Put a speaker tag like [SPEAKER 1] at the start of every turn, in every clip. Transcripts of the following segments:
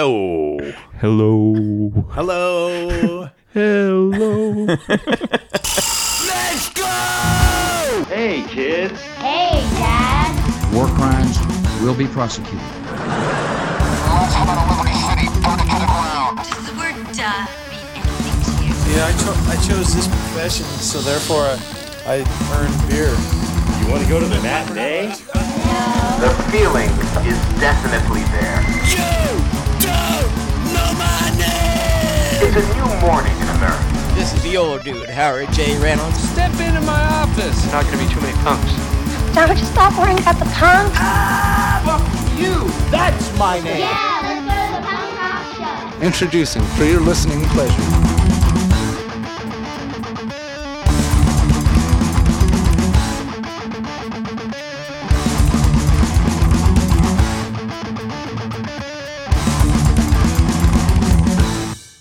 [SPEAKER 1] Hello.
[SPEAKER 2] Hello.
[SPEAKER 1] Hello.
[SPEAKER 2] Hello.
[SPEAKER 1] Let's go.
[SPEAKER 3] Hey, kids.
[SPEAKER 4] Hey, Dad.
[SPEAKER 5] War crimes will be prosecuted.
[SPEAKER 4] Does the word duh mean anything to you?
[SPEAKER 6] Yeah, I, cho- I chose this profession, so therefore I, I earn beer.
[SPEAKER 3] You want to go to the matinee?
[SPEAKER 7] The feeling is definitely there. You don't know my name! It's a new morning in America.
[SPEAKER 8] This is the old dude, Howard J. Reynolds.
[SPEAKER 4] Now would you stop worrying about the punk? Ah, fuck you. That's my name. Yeah, let's go to the punk rock show.
[SPEAKER 6] Introducing for your listening pleasure.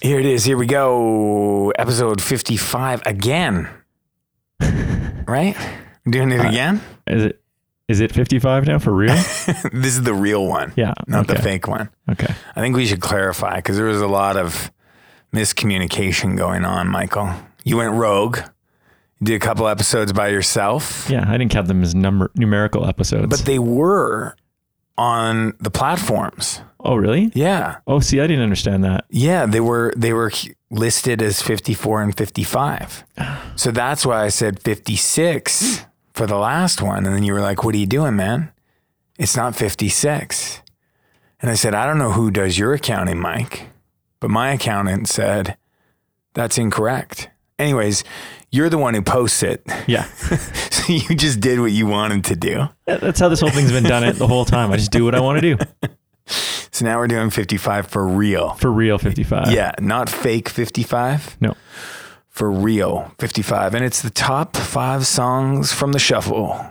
[SPEAKER 9] Here it is. Here we go. Episode 55 again. right? Doing
[SPEAKER 2] Uh,
[SPEAKER 9] it again?
[SPEAKER 2] is it is it 55 now for real?
[SPEAKER 9] this is the real one.
[SPEAKER 2] Yeah,
[SPEAKER 9] Not the
[SPEAKER 2] okay.
[SPEAKER 9] fake one.
[SPEAKER 2] Okay.
[SPEAKER 9] I think we should clarify because there was a lot of miscommunication going on, Michael. You went rogue. You did a couple episodes by yourself,
[SPEAKER 2] Yeah, I didn't count them as number numerical episodes.
[SPEAKER 9] but they were on the platforms.
[SPEAKER 2] oh, really?
[SPEAKER 9] Yeah.
[SPEAKER 2] Oh, see, I didn't understand that.
[SPEAKER 9] Yeah, they were they were listed as 54 and 55. So that's why I said 56 for the last one and then you were like, "What are you doing, man? It's not 56." And I said, "I don't know who does your accounting, Mike." But my accountant said, "That's incorrect." Anyways, you're the one who posts it.
[SPEAKER 2] Yeah.
[SPEAKER 9] so you just did what you wanted to do.
[SPEAKER 2] That- That's how this whole thing's been done it the whole time. I just do what I want to do.
[SPEAKER 9] So now we're doing 55 for real.
[SPEAKER 2] For real 55.
[SPEAKER 9] yeah, not fake 55.
[SPEAKER 2] Uh, No.
[SPEAKER 9] for Rio 55, and it's the top five songs from the shuffle.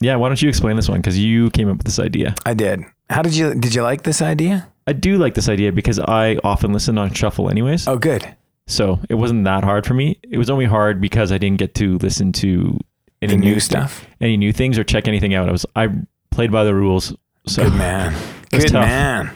[SPEAKER 2] Yeah, why don't you explain this one cuz you came up with this idea.
[SPEAKER 9] I did. How did you did you like this idea?
[SPEAKER 2] I do like this idea because I often listen on shuffle anyways.
[SPEAKER 9] Oh, good.
[SPEAKER 2] So, it wasn't that hard for me. It was only hard because I didn't get to listen to any
[SPEAKER 9] The new
[SPEAKER 2] thi-
[SPEAKER 9] stuff?
[SPEAKER 2] any new things or check anything out. I was I played by the rules. So
[SPEAKER 9] Good man.
[SPEAKER 2] It's
[SPEAKER 9] Good
[SPEAKER 2] tough.
[SPEAKER 9] man.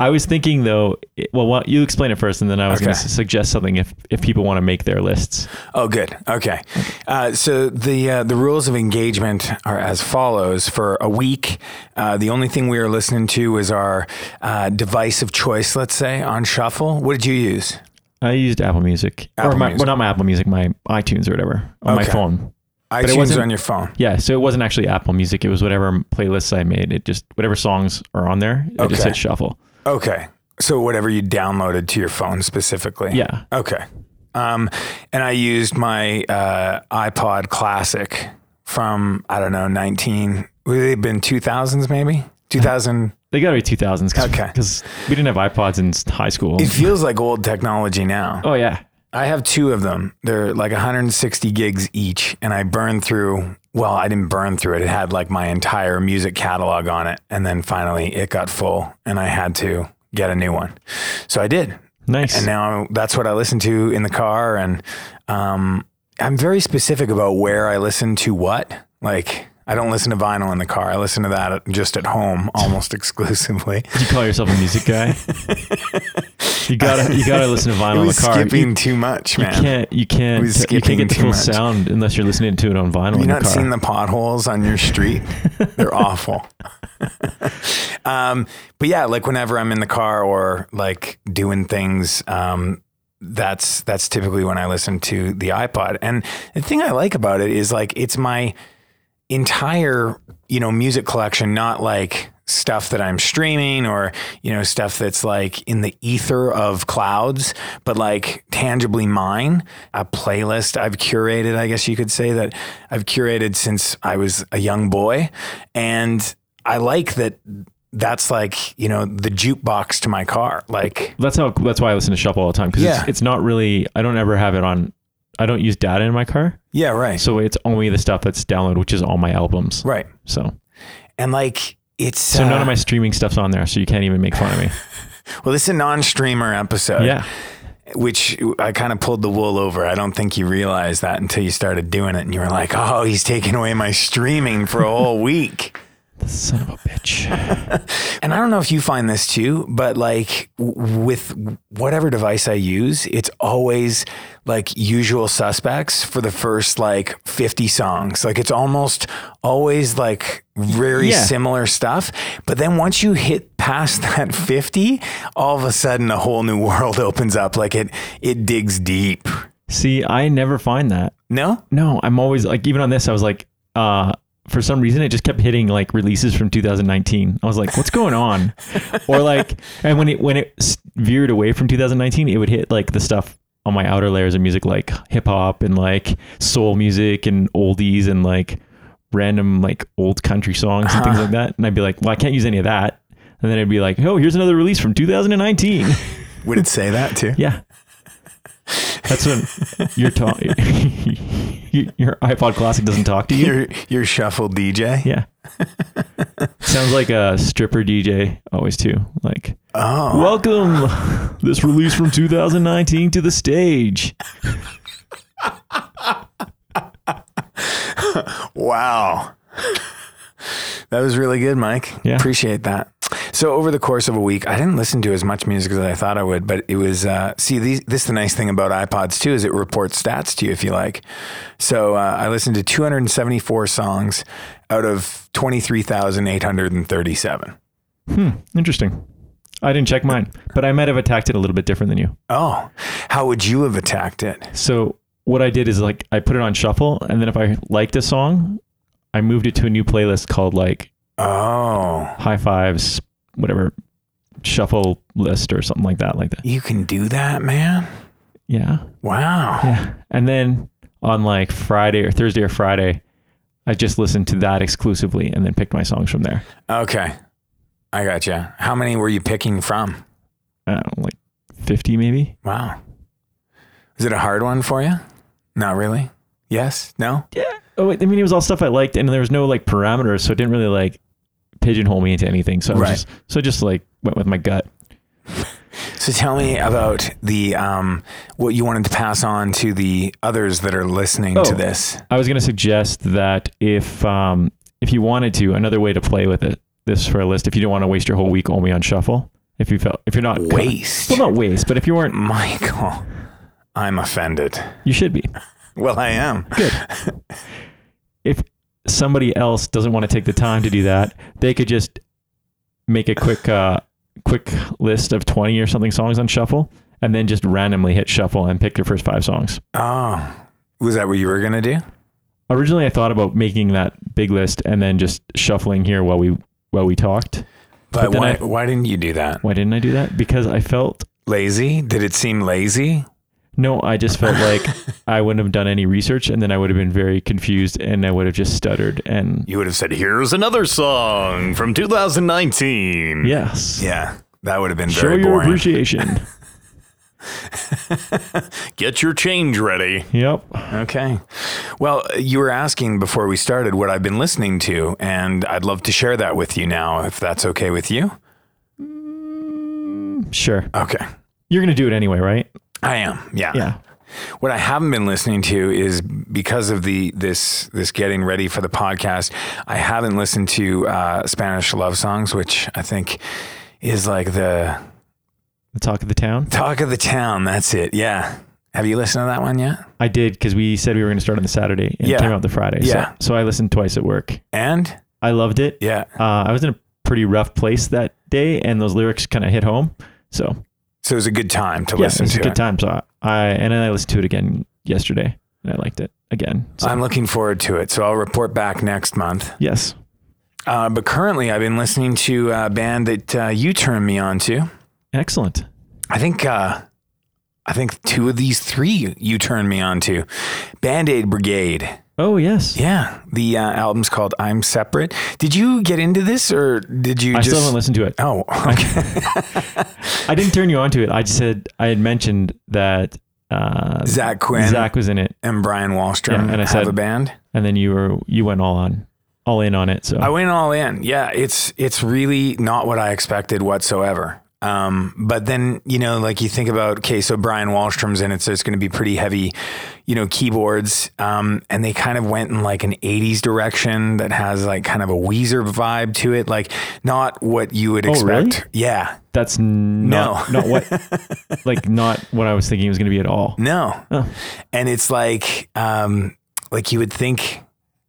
[SPEAKER 2] I was thinking though, it- well, why- you explain it first, and then I was going
[SPEAKER 9] Okay.
[SPEAKER 2] to suggest something if if people want to make their lists.
[SPEAKER 9] Oh, good. Okay. Uh, so the uh, the rules of engagement are as follows. For a week, uh, the only thing we are listening to is our uh, device of choice. Let's say on shuffle. What did you use?
[SPEAKER 2] I used Apple Music,
[SPEAKER 9] Apple
[SPEAKER 2] or my,
[SPEAKER 9] Music.
[SPEAKER 2] well, not my Apple Music, my iTunes or whatever on my
[SPEAKER 9] Okay.
[SPEAKER 2] phone. it
[SPEAKER 9] iTunes
[SPEAKER 2] wasn't-
[SPEAKER 9] on your phone.
[SPEAKER 2] Yeah, so it wasn't actually Apple Music; it was whatever playlists I made. It just whatever songs are on there. I just
[SPEAKER 9] Okay.
[SPEAKER 2] hit shuffle.
[SPEAKER 9] Okay. So whatever you downloaded to your phone specifically.
[SPEAKER 2] Yeah.
[SPEAKER 9] Okay. Um, and I used my uh, iPod Classic from I don't know nineteen. Would they have been two thousands maybe? Two thousand.
[SPEAKER 2] They got to be two thousands because
[SPEAKER 9] Okay.
[SPEAKER 2] we didn't have iPods in s- high school.
[SPEAKER 9] It feels like old technology now.
[SPEAKER 2] oh yeah,
[SPEAKER 9] I have two of them. They're like 160 gigs each, and I burned through. Well, I didn't burn through it. It had like my entire music catalog on it, and then finally it got full, and I had to get a new one. So I did.
[SPEAKER 2] nice.
[SPEAKER 9] and now that's what I listen to in the car. And um, I'm very specific about where I listen to what. Like, I don't listen to vinyl in the car. I listen to that just at home almost exclusively.
[SPEAKER 2] Did you call yourself a music guy? you gotta you gotta listen to vinyl
[SPEAKER 9] It
[SPEAKER 2] in the
[SPEAKER 9] was
[SPEAKER 2] car.
[SPEAKER 9] skipping too much,
[SPEAKER 2] You
[SPEAKER 9] man.
[SPEAKER 2] can't. You
[SPEAKER 9] It
[SPEAKER 2] can't.
[SPEAKER 9] was
[SPEAKER 2] you
[SPEAKER 9] skipping
[SPEAKER 2] can't get the
[SPEAKER 9] too
[SPEAKER 2] full
[SPEAKER 9] much.
[SPEAKER 2] sound unless you're listening to it on vinyl.
[SPEAKER 9] Have
[SPEAKER 2] in
[SPEAKER 9] you
[SPEAKER 2] the
[SPEAKER 9] not
[SPEAKER 2] car.
[SPEAKER 9] seen the potholes on your street? They're awful. um, but yeah, like whenever I'm in the car or like doing things, um, that's that's typically when I listen to the iPod. And the thing I like about it is like it's my entire you know music collection, not like stuff that I'm streaming or you know stuff that's like in the ether of clouds, but like tangibly mine. A playlist I've curated, I guess you could say that I've curated since I was a young boy, and I like that. That's like you know the jukebox to my car, like.
[SPEAKER 2] That's how. That's why I listen to Shuffle all the time because
[SPEAKER 9] Yeah.
[SPEAKER 2] it's, it's not really. I don't ever have it on. I don't use data in my car,
[SPEAKER 9] Yeah, right.
[SPEAKER 2] so it's only the stuff that's downloaded, which is all my albums.
[SPEAKER 9] Right.
[SPEAKER 2] So,
[SPEAKER 9] And like it's
[SPEAKER 2] so
[SPEAKER 9] uh,
[SPEAKER 2] none of my streaming stuff's on there, so you can't even make fun of me.
[SPEAKER 9] well, this is a non-streamer episode,
[SPEAKER 2] yeah,
[SPEAKER 9] which I kind of pulled the wool over. I don't think you realized that until you started doing it, and you were like, "Oh, he's taking away my streaming for a whole week."
[SPEAKER 2] Son of a bitch.
[SPEAKER 9] And I don't know if you find this too, but like w- with whatever device I use, it's always like usual suspects for the first like 50 songs. Like it's almost always like very
[SPEAKER 2] Yeah.
[SPEAKER 9] similar stuff. But then once you hit past that 50, all of a sudden a whole new world opens up. Like it, it digs deep.
[SPEAKER 2] See, I never find that.
[SPEAKER 9] No?
[SPEAKER 2] No, I'm always like even on this, I was like, uh, for some reason it just kept hitting like releases from 2019. I was like, what's going on? or like, and when it when it s- veered away from 2019, it would hit like the stuff on my outer layers of music, like hip hop and like soul music and oldies and like random like old country songs and things like that. And I'd be like, well, I can't use any of that. And then it'd be like, oh, here's another release from 2019.
[SPEAKER 9] Would it say that too?
[SPEAKER 2] Yeah. That's what your ta- your iPod Classic doesn't talk to you.
[SPEAKER 9] Your, your shuffle DJ?
[SPEAKER 2] yeah. Sounds like a stripper DJ always too. Like,
[SPEAKER 9] Oh.
[SPEAKER 2] welcome this release from 2019 to the stage.
[SPEAKER 9] Wow. That was really good, Mike.
[SPEAKER 2] Yeah.
[SPEAKER 9] Appreciate that. So over the course of a week, I didn't listen to as much music as I thought I would, but it was uh, see these, this is the nice thing about iPods too is it reports stats to you if you like. So uh, I listened to 274 songs out of 23,837.
[SPEAKER 2] Hmm, Interesting. I didn't check mine, but I might have attacked it a little bit different than you.
[SPEAKER 9] Oh, how would you have attacked it?
[SPEAKER 2] So what I did is like I put it on shuffle, and then if I liked a song, I moved it to a new playlist called like
[SPEAKER 9] Oh,
[SPEAKER 2] high fives, whatever shuffle list or something like that, like that.
[SPEAKER 9] you can do that, man.
[SPEAKER 2] Yeah.
[SPEAKER 9] Wow.
[SPEAKER 2] Yeah. And then on like Friday or Thursday or Friday, I just listened to that exclusively and then picked my songs from there.
[SPEAKER 9] Okay. I gotcha. How many were you picking from?
[SPEAKER 2] I don't know, like 50 maybe.
[SPEAKER 9] Wow. Is it a hard one for you? Not really. Yes? No?
[SPEAKER 2] Oh, wait, I mean, it was all stuff I liked and there was no like parameters. So it didn't really like pigeonhole me into anything. So I was
[SPEAKER 9] Right.
[SPEAKER 2] just, so I just like went with my gut.
[SPEAKER 9] So tell me about the um, what you wanted to pass on to the others that are listening
[SPEAKER 2] Oh.
[SPEAKER 9] to this.
[SPEAKER 2] I was going to suggest that if um, if you wanted to, another way to play with it, this for a list, if you don't want to waste your whole week only on shuffle, if you felt if you're not
[SPEAKER 9] Waste.
[SPEAKER 2] well not waste, but if you weren't,
[SPEAKER 9] Michael, I'm offended.
[SPEAKER 2] you should be
[SPEAKER 9] Well, I am.
[SPEAKER 2] good. if somebody else doesn't want to take the time to do that, they could just make a quick uh, quick list of twenty or something songs on shuffle, and then just randomly hit shuffle and pick their first five songs.
[SPEAKER 9] Oh. Was that what you were going to do?
[SPEAKER 2] Originally, I thought about making that big list and then just shuffling here while we while we talked.
[SPEAKER 9] But,
[SPEAKER 2] But then
[SPEAKER 9] why,
[SPEAKER 2] I-
[SPEAKER 9] why didn't you do that?
[SPEAKER 2] Why didn't I do that? Because I felt
[SPEAKER 9] Lazy? Did it seem lazy?
[SPEAKER 2] no, I just felt like I wouldn't have done any research and then I would have been very confused and I would have just stuttered and
[SPEAKER 9] You would have said,
[SPEAKER 1] Here's another song from 2019.
[SPEAKER 2] yes.
[SPEAKER 9] yeah, that would have been
[SPEAKER 2] Show
[SPEAKER 9] very
[SPEAKER 2] your
[SPEAKER 9] boring.
[SPEAKER 2] appreciation.
[SPEAKER 1] Get your change ready.
[SPEAKER 2] yep.
[SPEAKER 9] Okay. Well, you were asking before we started what I've been listening to, and I'd love to share that with you now, if that's okay with you.
[SPEAKER 2] Sure.
[SPEAKER 9] Okay.
[SPEAKER 2] You're going to do it anyway, right?
[SPEAKER 9] I am. Yeah.
[SPEAKER 2] Yeah.
[SPEAKER 9] What I haven't been listening to is because of the this this getting ready for the podcast. I haven't listened to uh, Spanish love songs, which I think is like the
[SPEAKER 2] The talk of the town.
[SPEAKER 9] talk of the town. That's it. Yeah. Have you listened to that one yet?
[SPEAKER 2] I did because we said we were going to start on the Saturday and
[SPEAKER 9] Yeah.
[SPEAKER 2] it came out the Friday.
[SPEAKER 9] Yeah.
[SPEAKER 2] So, so I listened twice at work.
[SPEAKER 9] And
[SPEAKER 2] I loved it.
[SPEAKER 9] yeah.
[SPEAKER 2] Uh, I was in a pretty rough place that day and those lyrics kind of hit home. So
[SPEAKER 9] So it was a good time to
[SPEAKER 2] yeah,
[SPEAKER 9] listen
[SPEAKER 2] it's
[SPEAKER 9] to
[SPEAKER 2] a good
[SPEAKER 9] it.
[SPEAKER 2] time. So I, I and then I listened to it again yesterday and I liked it again. So
[SPEAKER 9] I'm looking forward to it. So I'll report back next month.
[SPEAKER 2] yes.
[SPEAKER 9] Uh, but currently, I've been listening to a band that uh, you turned me on to.
[SPEAKER 2] Excellent.
[SPEAKER 9] I think, uh, I think two of these three you turned me on to. Band Aid Brigade.
[SPEAKER 2] Oh yes.
[SPEAKER 9] Yeah, the uh, album's called "I'm Separate." Did you get into this, or did you
[SPEAKER 2] I
[SPEAKER 9] just?
[SPEAKER 2] still haven't listened to it.
[SPEAKER 9] Oh, okay.
[SPEAKER 2] I didn't turn you on to it. I just said I had mentioned that uh,
[SPEAKER 9] Zach Quinn
[SPEAKER 2] Zach was in it,
[SPEAKER 9] and Brian Wallstrom
[SPEAKER 2] Yeah, and I
[SPEAKER 9] have
[SPEAKER 2] said-
[SPEAKER 9] a band.
[SPEAKER 2] and then you were you went all on, all in on it. So
[SPEAKER 9] I went all in. Yeah, it's it's really not what I expected whatsoever. Um, but then, you know, like you think about, okay, so Brian Wallstrom's in it, so it's going to be pretty heavy, you know, keyboards. Um, and they kind of went in like an 80s direction that has like kind of a Weezer vibe to it, like not what you would expect.
[SPEAKER 2] Oh, really?
[SPEAKER 9] Yeah.
[SPEAKER 2] That's not,
[SPEAKER 9] No.
[SPEAKER 2] not what, like, not what I was thinking it was going to be at all.
[SPEAKER 9] No.
[SPEAKER 2] Oh.
[SPEAKER 9] And it's like, um, like you would think,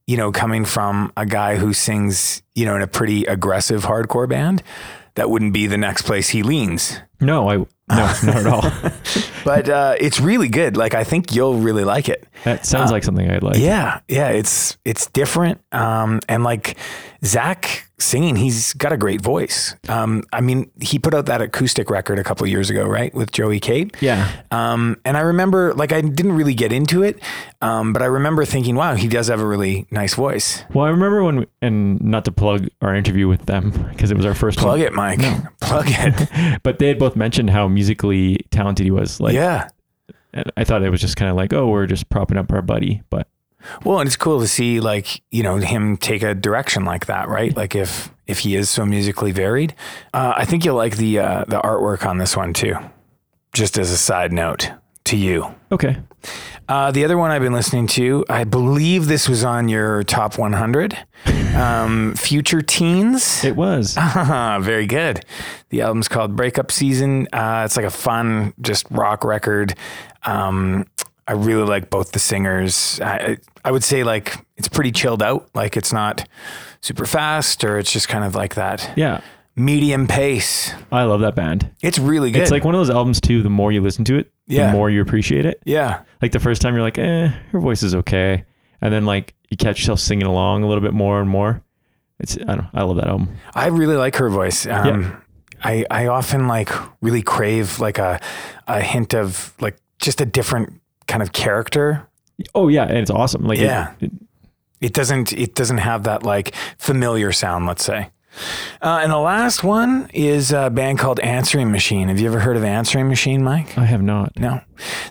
[SPEAKER 9] you know, coming from a guy who sings, you know, in a pretty aggressive hardcore band, that wouldn't be the next place he leans.
[SPEAKER 2] No, I, no, not at all.
[SPEAKER 9] But uh, it's really good. Like I think you'll really like it.
[SPEAKER 2] That sounds like something I'd like.
[SPEAKER 9] Uh, Yeah, yeah. It's it's different. Um, and like Zach singing, he's got a great voice. Um, I mean, he put out that acoustic record a couple years ago, right, with Joey Cape.
[SPEAKER 2] Yeah.
[SPEAKER 9] Um, and I remember, like, I didn't really get into it, um, but I remember thinking, wow, he does have a really nice voice.
[SPEAKER 2] Well, I remember when, and not to plug our interview with them because it was our first
[SPEAKER 9] Plug
[SPEAKER 2] one,
[SPEAKER 9] it, Mike. Plug it.
[SPEAKER 2] but they had both mentioned how musically talented he was. Like,
[SPEAKER 9] yeah.
[SPEAKER 2] and I thought it was just kind of like, oh, we're just propping up our buddy, but
[SPEAKER 9] Well, and it's cool to see, like, you know, him take a direction like that, right? Like, if if he is so musically varied, uh, I think you'll like the uh, the artwork on this one too. Just as a side note to you.
[SPEAKER 2] okay.
[SPEAKER 9] Uh, the other one I've been listening to, I believe this was on your top 100, um, Future Teens.
[SPEAKER 2] It was.
[SPEAKER 9] Ah, very good. The album's called Breakup Season. Uh, it's like a fun, just rock record. Um, I really like both the singers. I, I would say like it's pretty chilled out. Like it's not super fast, or it's just kind of like that
[SPEAKER 2] yeah.
[SPEAKER 9] medium pace.
[SPEAKER 2] I love that band.
[SPEAKER 9] It's really good.
[SPEAKER 2] It's like one of those albums too. The more you listen to it,
[SPEAKER 9] Yeah.
[SPEAKER 2] the more you appreciate it.
[SPEAKER 9] yeah,
[SPEAKER 2] Like the first time, you're like, eh, her voice is okay, and then like you catch yourself singing along a little bit more and more. It's I don't. I love that album.
[SPEAKER 9] I really like her voice. Um, I I often like really crave like a a hint of like just a different kind of character
[SPEAKER 2] Oh yeah, and it's awesome. Like it-
[SPEAKER 9] Yeah.
[SPEAKER 2] it-
[SPEAKER 9] It doesn't it doesn't have that like familiar sound, let's say. Uh, and the last one is a band called Answering Machine. Have you ever heard of Answering Machine, Mike?
[SPEAKER 2] I have not.
[SPEAKER 9] No.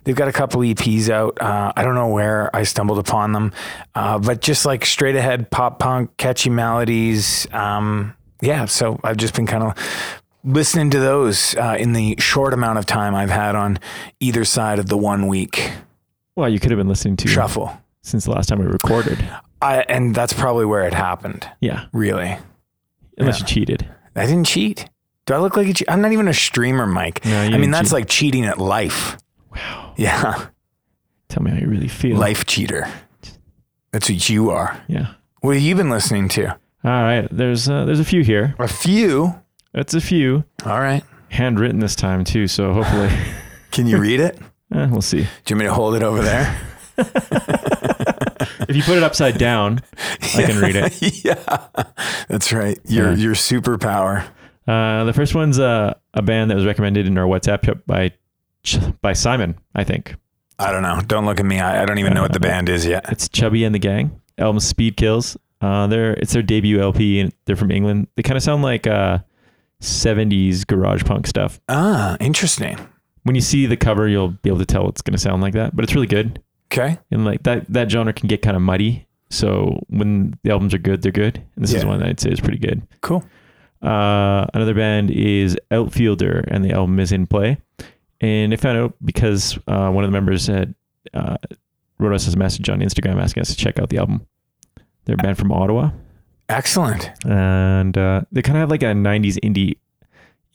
[SPEAKER 9] They've got a couple EPs out. Uh, I don't know where I stumbled upon them, uh, but just like straight ahead pop punk, catchy melodies. Um, yeah, so I've just been kind of listening to those uh, in the short amount of time I've had on either side of the one week
[SPEAKER 2] Well, you could have been listening to
[SPEAKER 9] shuffle.
[SPEAKER 2] since the last time we recorded.
[SPEAKER 9] I, and that's probably where it happened,
[SPEAKER 2] Yeah,
[SPEAKER 9] really.
[SPEAKER 2] unless you cheated.
[SPEAKER 9] I didn't cheat. Do I look like a cheat? I'm not even a streamer, Mike.
[SPEAKER 2] No, you
[SPEAKER 9] I mean,
[SPEAKER 2] didn't
[SPEAKER 9] that's
[SPEAKER 2] cheat.
[SPEAKER 9] like cheating at life. Wow. Yeah.
[SPEAKER 2] Tell me how you really feel.
[SPEAKER 9] Life cheater. That's what you are.
[SPEAKER 2] Yeah.
[SPEAKER 9] What have you been listening to?
[SPEAKER 2] All right. There's uh, there's a few here.
[SPEAKER 9] A few.
[SPEAKER 2] That's a few.
[SPEAKER 9] All right.
[SPEAKER 2] Handwritten this time too. So hopefully,
[SPEAKER 9] Can you read it?
[SPEAKER 2] eh, we'll see.
[SPEAKER 9] Do you want me to hold it over there?
[SPEAKER 2] If you put it upside down, I can read it.
[SPEAKER 9] yeah. That's right. Your
[SPEAKER 2] Yeah.
[SPEAKER 9] your superpower.
[SPEAKER 2] Uh, the first one's uh, a band that was recommended in our WhatsApp chat by Ch- by Simon. I think
[SPEAKER 9] I don't know. Don't look at me. I, I don't even know what the band is yet.
[SPEAKER 2] it's Chubby and the Gang. Album Speed Kills. Uh, they're it's their debut LP and they're from England. They kind of sound like uh, 70s garage punk stuff.
[SPEAKER 9] Ah, interesting.
[SPEAKER 2] When you see the cover, you'll be able to tell it's going to sound like that. But it's really good.
[SPEAKER 9] Okay.
[SPEAKER 2] and like that that genre can get kind of muddy. So when the albums are good, they're good. And this is
[SPEAKER 9] Yeah.
[SPEAKER 2] one that I'd say is pretty good.
[SPEAKER 9] Cool.
[SPEAKER 2] Uh, another band is Outfielder, and the album is in play. And I found out because uh, one of the members had uh, wrote us a message on Instagram asking us to check out the album. They're a band from Ottawa,
[SPEAKER 9] Excellent.
[SPEAKER 2] and uh, they kind of have like a '90s indie,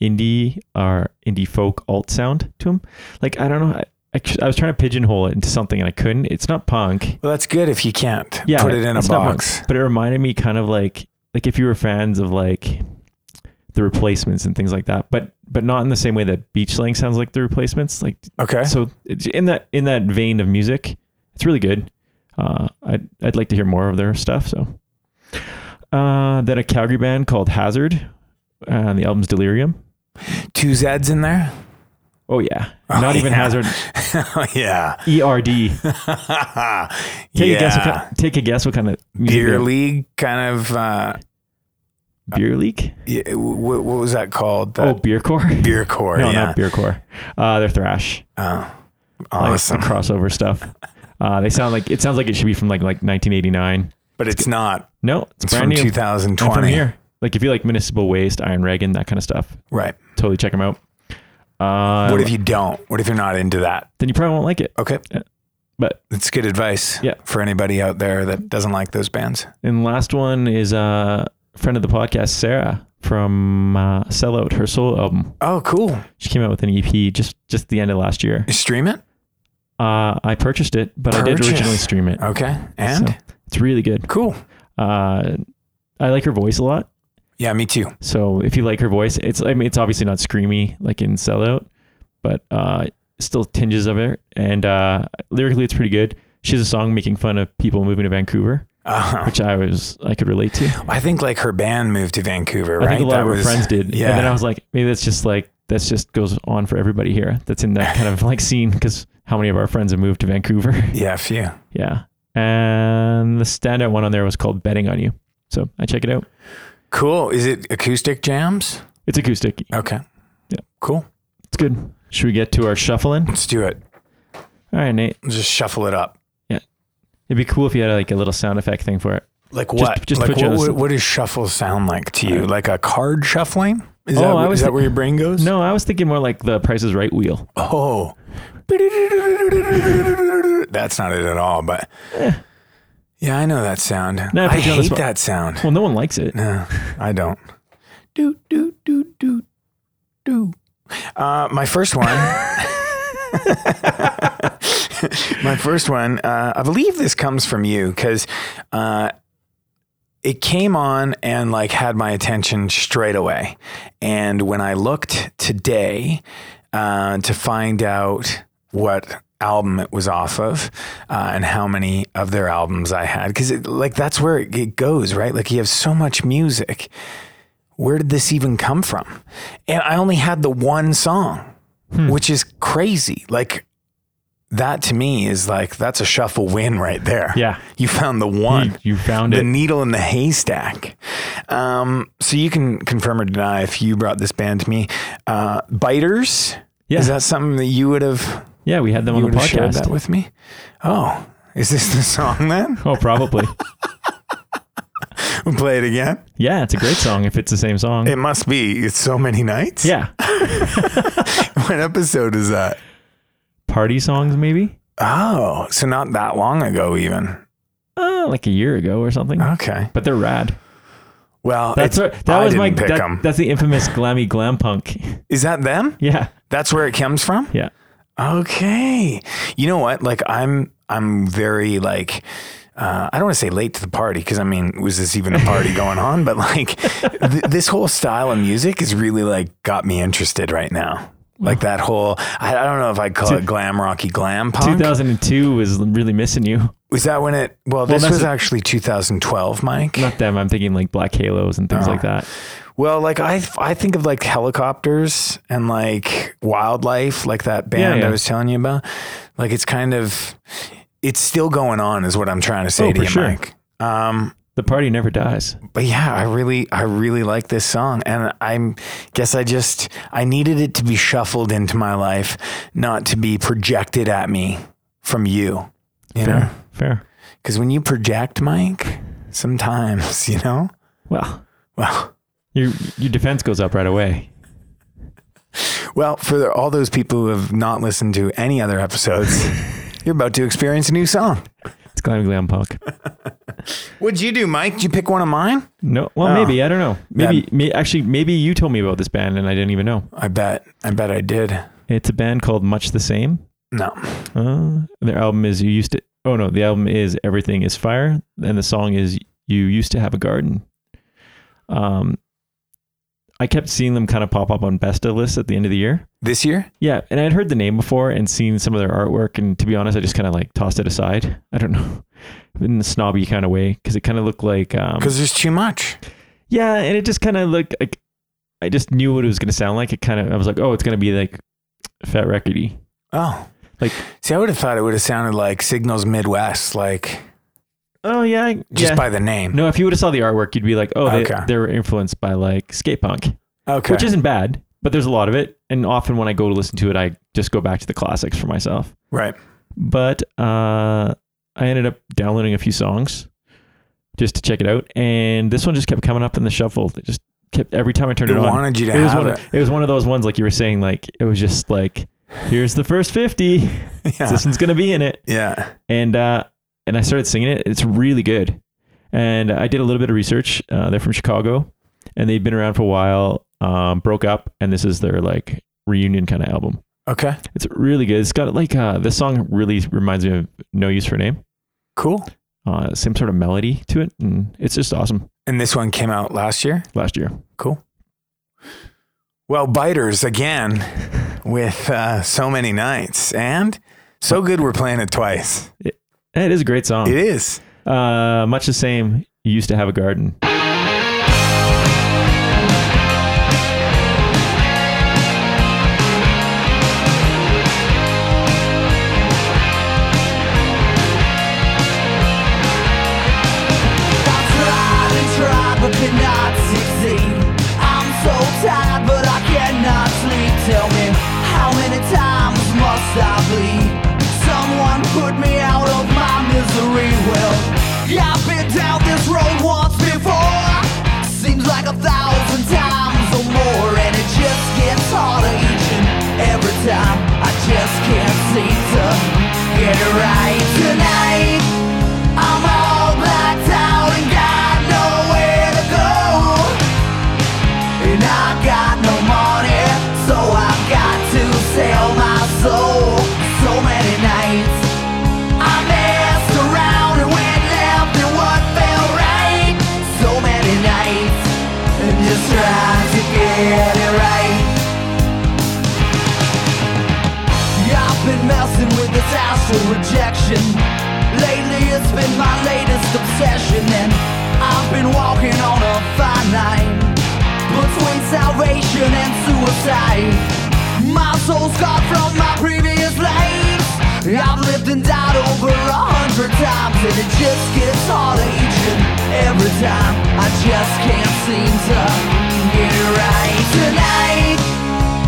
[SPEAKER 2] indie or indie folk alt sound to them. Like I don't know, I, I, I was trying to pigeonhole it into something, and I couldn't. It's not punk
[SPEAKER 9] Well, that's good if you can't
[SPEAKER 2] yeah,
[SPEAKER 9] put it in a
[SPEAKER 2] it's not punk,
[SPEAKER 9] box.
[SPEAKER 2] but it reminded me kind of like like if you were fans of like the replacements and things like that, but but not in the same way that beach slang sounds like the replacements. Like
[SPEAKER 9] Okay.
[SPEAKER 2] so it's in that in that vein of music, it's really good. Uh, I'd I'd like to hear more of their stuff. So uh, then a Calgary band called Hazard, uh, the album's Delirium.
[SPEAKER 9] Two Zeds in there?
[SPEAKER 2] Oh yeah, not even
[SPEAKER 9] yeah.
[SPEAKER 2] Hazard.
[SPEAKER 9] oh, yeah.
[SPEAKER 2] Erd. Take a guess. What
[SPEAKER 9] Yeah.
[SPEAKER 2] kind, take a guess. What kind of music
[SPEAKER 9] beer
[SPEAKER 2] they-
[SPEAKER 9] league kind of uh
[SPEAKER 2] Beer leak?
[SPEAKER 9] yeah, what, what was that called
[SPEAKER 2] Oh,
[SPEAKER 9] That
[SPEAKER 2] beer core.
[SPEAKER 9] beer core
[SPEAKER 2] No,
[SPEAKER 9] yeah Oh,
[SPEAKER 2] not beer core. Uh, they're thrash, like
[SPEAKER 9] awesome
[SPEAKER 2] the crossover stuff. Uh, they sound like it sounds like it should be from like like 1989.
[SPEAKER 9] but it's not
[SPEAKER 2] No, it's,
[SPEAKER 9] it's
[SPEAKER 2] brand
[SPEAKER 9] from
[SPEAKER 2] new. I'm
[SPEAKER 9] 2020
[SPEAKER 2] from here. Like if you like municipal waste, Iron Reagan, that kind of stuff,
[SPEAKER 9] Right.
[SPEAKER 2] totally check them out. Uh,
[SPEAKER 9] what if you don't? What if you're not into that?
[SPEAKER 2] then you probably won't like it.
[SPEAKER 9] Okay.
[SPEAKER 2] But
[SPEAKER 9] That's good advice
[SPEAKER 2] Yeah.
[SPEAKER 9] for anybody out there that doesn't like those bands.
[SPEAKER 2] and last one is uh, friend of the podcast, Sarah from uh, Sellout, her solo album.
[SPEAKER 9] Oh, cool.
[SPEAKER 2] She came out with an EP just just the end of last year.
[SPEAKER 9] You stream it?
[SPEAKER 2] Uh, I purchased it, but I did
[SPEAKER 9] Purchase.
[SPEAKER 2] originally stream it.
[SPEAKER 9] Okay. And
[SPEAKER 2] So, it's really good.
[SPEAKER 9] cool.
[SPEAKER 2] Uh, I like her voice a lot.
[SPEAKER 9] Yeah, me too.
[SPEAKER 2] So if you like her voice, it's I mean it's obviously not screamy like in Sellout, but uh, still tinges of it. And uh, lyrically, it's pretty good. She has a song making fun of people moving to Vancouver,
[SPEAKER 9] Uh,
[SPEAKER 2] which I was I could relate to.
[SPEAKER 9] I think like her band moved to Vancouver, right?
[SPEAKER 2] I think a lot
[SPEAKER 9] That
[SPEAKER 2] of her
[SPEAKER 9] was-
[SPEAKER 2] friends did.
[SPEAKER 9] Yeah.
[SPEAKER 2] And then I was like, maybe that's just like that's just goes on for everybody here. That's in that kind of like scene because how many of our friends have moved to Vancouver?
[SPEAKER 9] yeah, a few.
[SPEAKER 2] yeah. And the standout one on there was called "Betting on You," so I check it out.
[SPEAKER 9] Cool. Is it acoustic jams?
[SPEAKER 2] It's acoustic.
[SPEAKER 9] Okay.
[SPEAKER 2] Yeah.
[SPEAKER 9] Cool.
[SPEAKER 2] It's good. Should we get to our shuffling?
[SPEAKER 9] Let's do it.
[SPEAKER 2] All right, Nate.
[SPEAKER 9] Just shuffle it up.
[SPEAKER 2] It'd be cool if you had like a little sound effect thing for it.
[SPEAKER 9] Like
[SPEAKER 2] Just-
[SPEAKER 9] what?
[SPEAKER 2] just
[SPEAKER 9] like
[SPEAKER 2] put you
[SPEAKER 9] what,
[SPEAKER 2] on the-
[SPEAKER 9] would- what does shuffle sound like to you? Like a card shuffling? Is
[SPEAKER 2] Oh,
[SPEAKER 9] that,
[SPEAKER 2] I
[SPEAKER 9] is
[SPEAKER 2] was
[SPEAKER 9] that
[SPEAKER 2] thi-
[SPEAKER 9] where your brain goes?
[SPEAKER 2] No, I was thinking more like the Price is Right wheel.
[SPEAKER 9] Oh. That's not it at all, but yeah, I know that sound.
[SPEAKER 2] Eh. No, I
[SPEAKER 9] I
[SPEAKER 2] put you on the
[SPEAKER 9] hate
[SPEAKER 2] spot.
[SPEAKER 9] that sound.
[SPEAKER 2] Well, no one likes it.
[SPEAKER 9] No, I don't. Do do do do do. Uh, my first one. my first one. Uh, I believe this comes from you because uh, it came on and like had my attention straight away. And when I looked today uh, to find out what album it was off of uh, and how many of their albums I had, because like that's where it, it goes, right? Like you have so much music. Where did this even come from? And I only had the one song, which is crazy. Like that to me is like that's a shuffle win right there.
[SPEAKER 2] Yeah.
[SPEAKER 9] you found the one
[SPEAKER 2] You, you found
[SPEAKER 9] the
[SPEAKER 2] it.
[SPEAKER 9] needle in the haystack. Um, so you can confirm or deny if you brought this band to me. Uh, Biters.
[SPEAKER 2] Yeah.
[SPEAKER 9] Is that something that you would have
[SPEAKER 2] Yeah, we had them
[SPEAKER 9] you
[SPEAKER 2] on the
[SPEAKER 9] would have shared
[SPEAKER 2] podcast.
[SPEAKER 9] that with me? Oh, is this the song then?
[SPEAKER 2] Oh, probably.
[SPEAKER 9] We'll play it again.
[SPEAKER 2] yeah, it's a great song if it's the same song.
[SPEAKER 9] It must be. It's so many nights.
[SPEAKER 2] yeah.
[SPEAKER 9] What episode is that?
[SPEAKER 2] Party songs, maybe?
[SPEAKER 9] Oh, so not that long ago even.
[SPEAKER 2] Uh, like a year ago or something.
[SPEAKER 9] Okay.
[SPEAKER 2] But they're rad.
[SPEAKER 9] Well,
[SPEAKER 2] That's
[SPEAKER 9] Uh-huh. it's-
[SPEAKER 2] our, that
[SPEAKER 9] I
[SPEAKER 2] was my
[SPEAKER 9] didn't pick
[SPEAKER 2] that-
[SPEAKER 9] 'em.
[SPEAKER 2] that's the infamous glammy glam punk.
[SPEAKER 9] Is that them?
[SPEAKER 2] yeah.
[SPEAKER 9] That's where it comes from.
[SPEAKER 2] Yeah.
[SPEAKER 9] Okay. You know what? Like I'm I'm very like uh, I don't want to say late to the party because I mean, was this even a party going on? But like, th- this whole style of music is really like got me interested right now. Like that whole, I, I don't know if I'd call it glam rocky glam punk.
[SPEAKER 2] 2002 was really missing you.
[SPEAKER 9] Was that when it? Well, this
[SPEAKER 2] that's
[SPEAKER 9] was
[SPEAKER 2] it.
[SPEAKER 9] actually 2012, Mike.
[SPEAKER 2] Not them. I'm thinking like Black Halos and things like that.
[SPEAKER 9] Well, like I, I think of like helicopters and like wildlife, like that band
[SPEAKER 2] yeah.
[SPEAKER 9] I was telling you about. Like it's kind of, it's still going on, is what I'm trying to say
[SPEAKER 2] Oh,
[SPEAKER 9] to
[SPEAKER 2] for
[SPEAKER 9] you,
[SPEAKER 2] sure.
[SPEAKER 9] Mike. Um,
[SPEAKER 2] The party never dies.
[SPEAKER 9] but yeah, I really, I really like this song, and I'm guess I just I needed it to be shuffled into my life, not to be projected at me from you, you know.
[SPEAKER 2] Fair.
[SPEAKER 9] Because when you project, Mike, sometimes you know,
[SPEAKER 2] Well,
[SPEAKER 9] well.
[SPEAKER 2] your your defense goes up right away.
[SPEAKER 9] Well, for the, all those people who have not listened to any other episodes, you're about to experience a new song.
[SPEAKER 2] It's glam glam punk.
[SPEAKER 9] What'd you do, Mike? Did you pick one of mine?
[SPEAKER 2] No, well,
[SPEAKER 9] Oh.
[SPEAKER 2] maybe I don't know.
[SPEAKER 9] Yeah.
[SPEAKER 2] Maybe may, actually, maybe you told me about this band and I didn't even know.
[SPEAKER 9] I bet. I bet I did.
[SPEAKER 2] It's a band called Much the Same.
[SPEAKER 9] No.
[SPEAKER 2] Uh, their album is You Used to. Oh no, the album is Everything Is Fire, and the song is You Used to Have a Garden. Um, I kept seeing them kind of pop up on best of lists at the end of the year.
[SPEAKER 9] This year?
[SPEAKER 2] Yeah, and I'd heard the name before and seen some of their artwork, and to be honest, I just kind of like tossed it aside. I don't know, in the snobby kind of way, because it kind of looked like um,
[SPEAKER 9] Because there's too much.
[SPEAKER 2] yeah, and it just kind of looked like I just knew what it was going to sound like. It kind of I was like, oh, it's going to be like Fat Recordy.
[SPEAKER 9] Oh.
[SPEAKER 2] Like-
[SPEAKER 9] see, I would have thought it would have sounded like Signals Midwest, like
[SPEAKER 2] Oh yeah,
[SPEAKER 9] just
[SPEAKER 2] yeah.
[SPEAKER 9] by the name.
[SPEAKER 2] No, if you would have saw the artwork, you'd be like, oh, they,
[SPEAKER 9] Okay.
[SPEAKER 2] they were influenced by like skate punk,
[SPEAKER 9] Okay.
[SPEAKER 2] which isn't bad, but there's a lot of it. And often when I go to listen to it, I just go back to the classics for myself.
[SPEAKER 9] right.
[SPEAKER 2] But uh, I ended up downloading a few songs. just to check it out. And this one just kept coming up in the shuffle. It just kept every time I turned
[SPEAKER 9] They
[SPEAKER 2] it on.
[SPEAKER 9] wanted you to
[SPEAKER 2] it was
[SPEAKER 9] have
[SPEAKER 2] one of-
[SPEAKER 9] it.
[SPEAKER 2] it was one of those ones like you were saying, like it was just like, here's the first fifty.
[SPEAKER 9] Yeah.
[SPEAKER 2] This one's gonna be in it.
[SPEAKER 9] Yeah.
[SPEAKER 2] and uh, and I started singing it. It's really good. And I did a little bit of research. Uh, they're from Chicago, and they've been around for a while. Um, broke up, and this is their like reunion kind of album.
[SPEAKER 9] Okay.
[SPEAKER 2] It's really good. It's got like uh, this song really reminds me of No Use for a Name.
[SPEAKER 9] Cool.
[SPEAKER 2] Uh, same sort of melody to it, and it's just awesome.
[SPEAKER 9] And this one came out last year.
[SPEAKER 2] Last year,
[SPEAKER 9] Cool. Well, Biters again with uh, so many nights and so good we're playing it twice.
[SPEAKER 2] And it is a great song.
[SPEAKER 9] It is.
[SPEAKER 2] Uh, much the same. You used to have a garden.
[SPEAKER 10] I tried and tried but could not succeed. I'm so tired but I cannot sleep. Tell me, how many times must I bleed? Someone put me out of my misery. Well, I've been down this road once before. Seems like a thousand times or more, and it just gets harder each and every time. I just can't seem to get it right tonight. I'm all blacked out and got nowhere to go. And I got no money, so I've got to sell my soul. So many nights I messed around and went left and what felt right. So many nights and just trying to get it right. I've been messing with this astral rejection. Lately, it's been my latest obsession, and I've been walking on a fine line between salvation and suicide. My soul scarred from my previous lives. I've lived and died over a hundred times, and it just gets harder each and every time. I just can't seem to get it right tonight.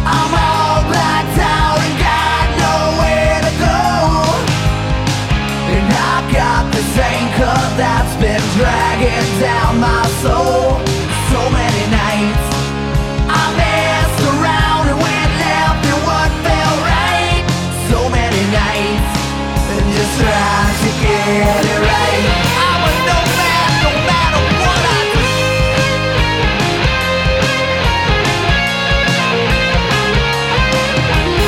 [SPEAKER 10] I'm all blacked out and got nowhere to go. And I got this anchor that's been dragging down my soul so many nights. I messed around and went left and what felt right so many nights. And just trying to get it right. I'm a nomad no matter what I do.
[SPEAKER 4] Thank you.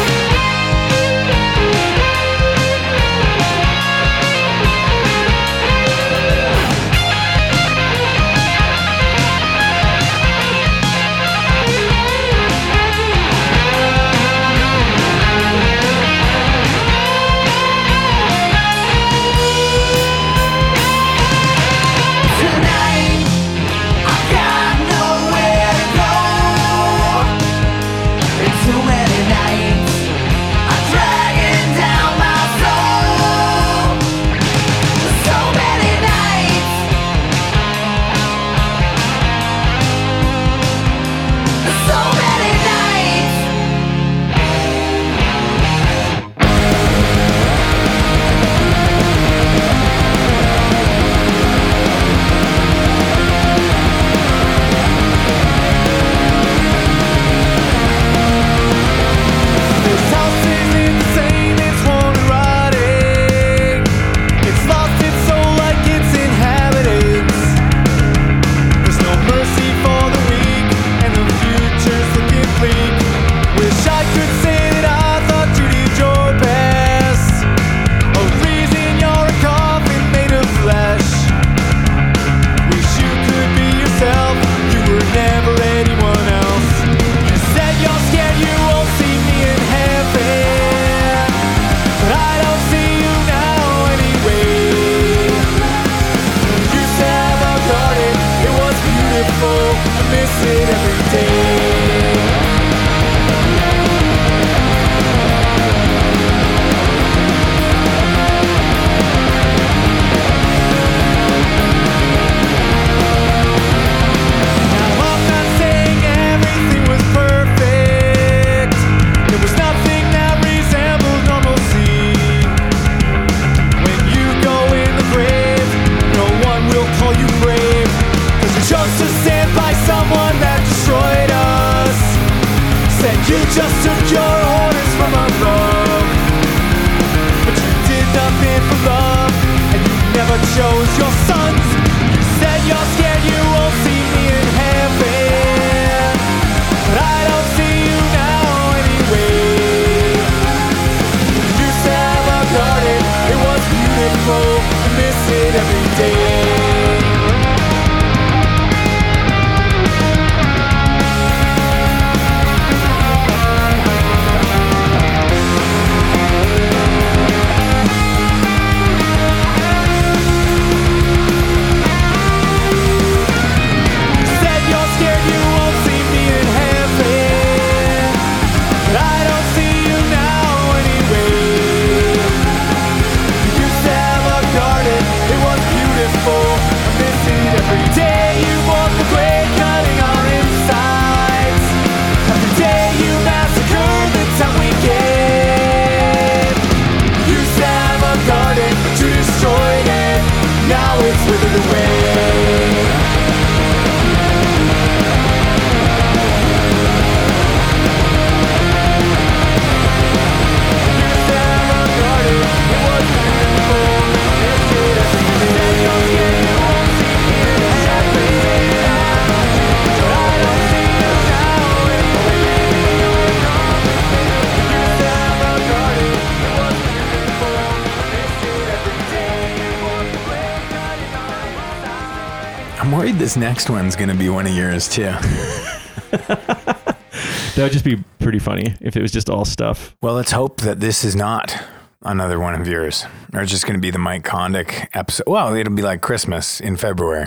[SPEAKER 9] this next one's gonna be one of yours too.
[SPEAKER 2] That would just be pretty funny if it was just all stuff.
[SPEAKER 9] Well, let's hope that this is not another one of yours, or it's just gonna be the Mike Kondik episode. Well, it'll be like Christmas in February,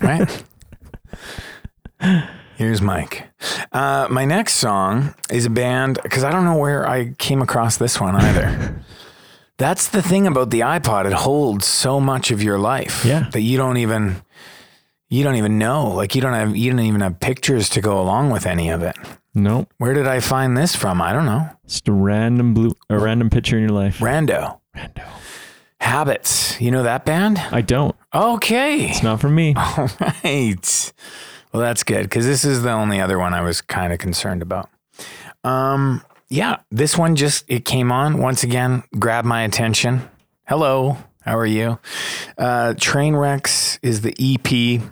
[SPEAKER 9] right? Here's Mike. Uh, my next song is a band because I don't know where I came across this one either. That's the thing about the iPod; it holds so much of your life
[SPEAKER 2] Yeah.
[SPEAKER 9] that you don't even you don't even know. Like you don't have you don't even have pictures to go along with any of it.
[SPEAKER 2] Nope.
[SPEAKER 9] Where did I find this from? I don't know.
[SPEAKER 2] Just a random blue, a random picture in your life.
[SPEAKER 9] Rando.
[SPEAKER 2] Rando.
[SPEAKER 9] Habits. You know that band?
[SPEAKER 2] I don't.
[SPEAKER 9] Okay.
[SPEAKER 2] It's not for me.
[SPEAKER 9] All right. Well, that's good because this is the only other one I was kind of concerned about. Um, yeah, this one just it came on once again, grabbed my attention. Hello, how are you? Uh, Trainwrecks is the EP.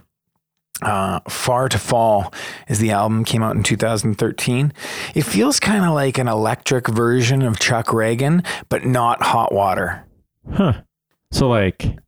[SPEAKER 9] Uh, Far to Fall is the album came out in 2013. It feels kind of like an electric version of Chuck Reagan, but not Hot Water.
[SPEAKER 2] Huh. So like,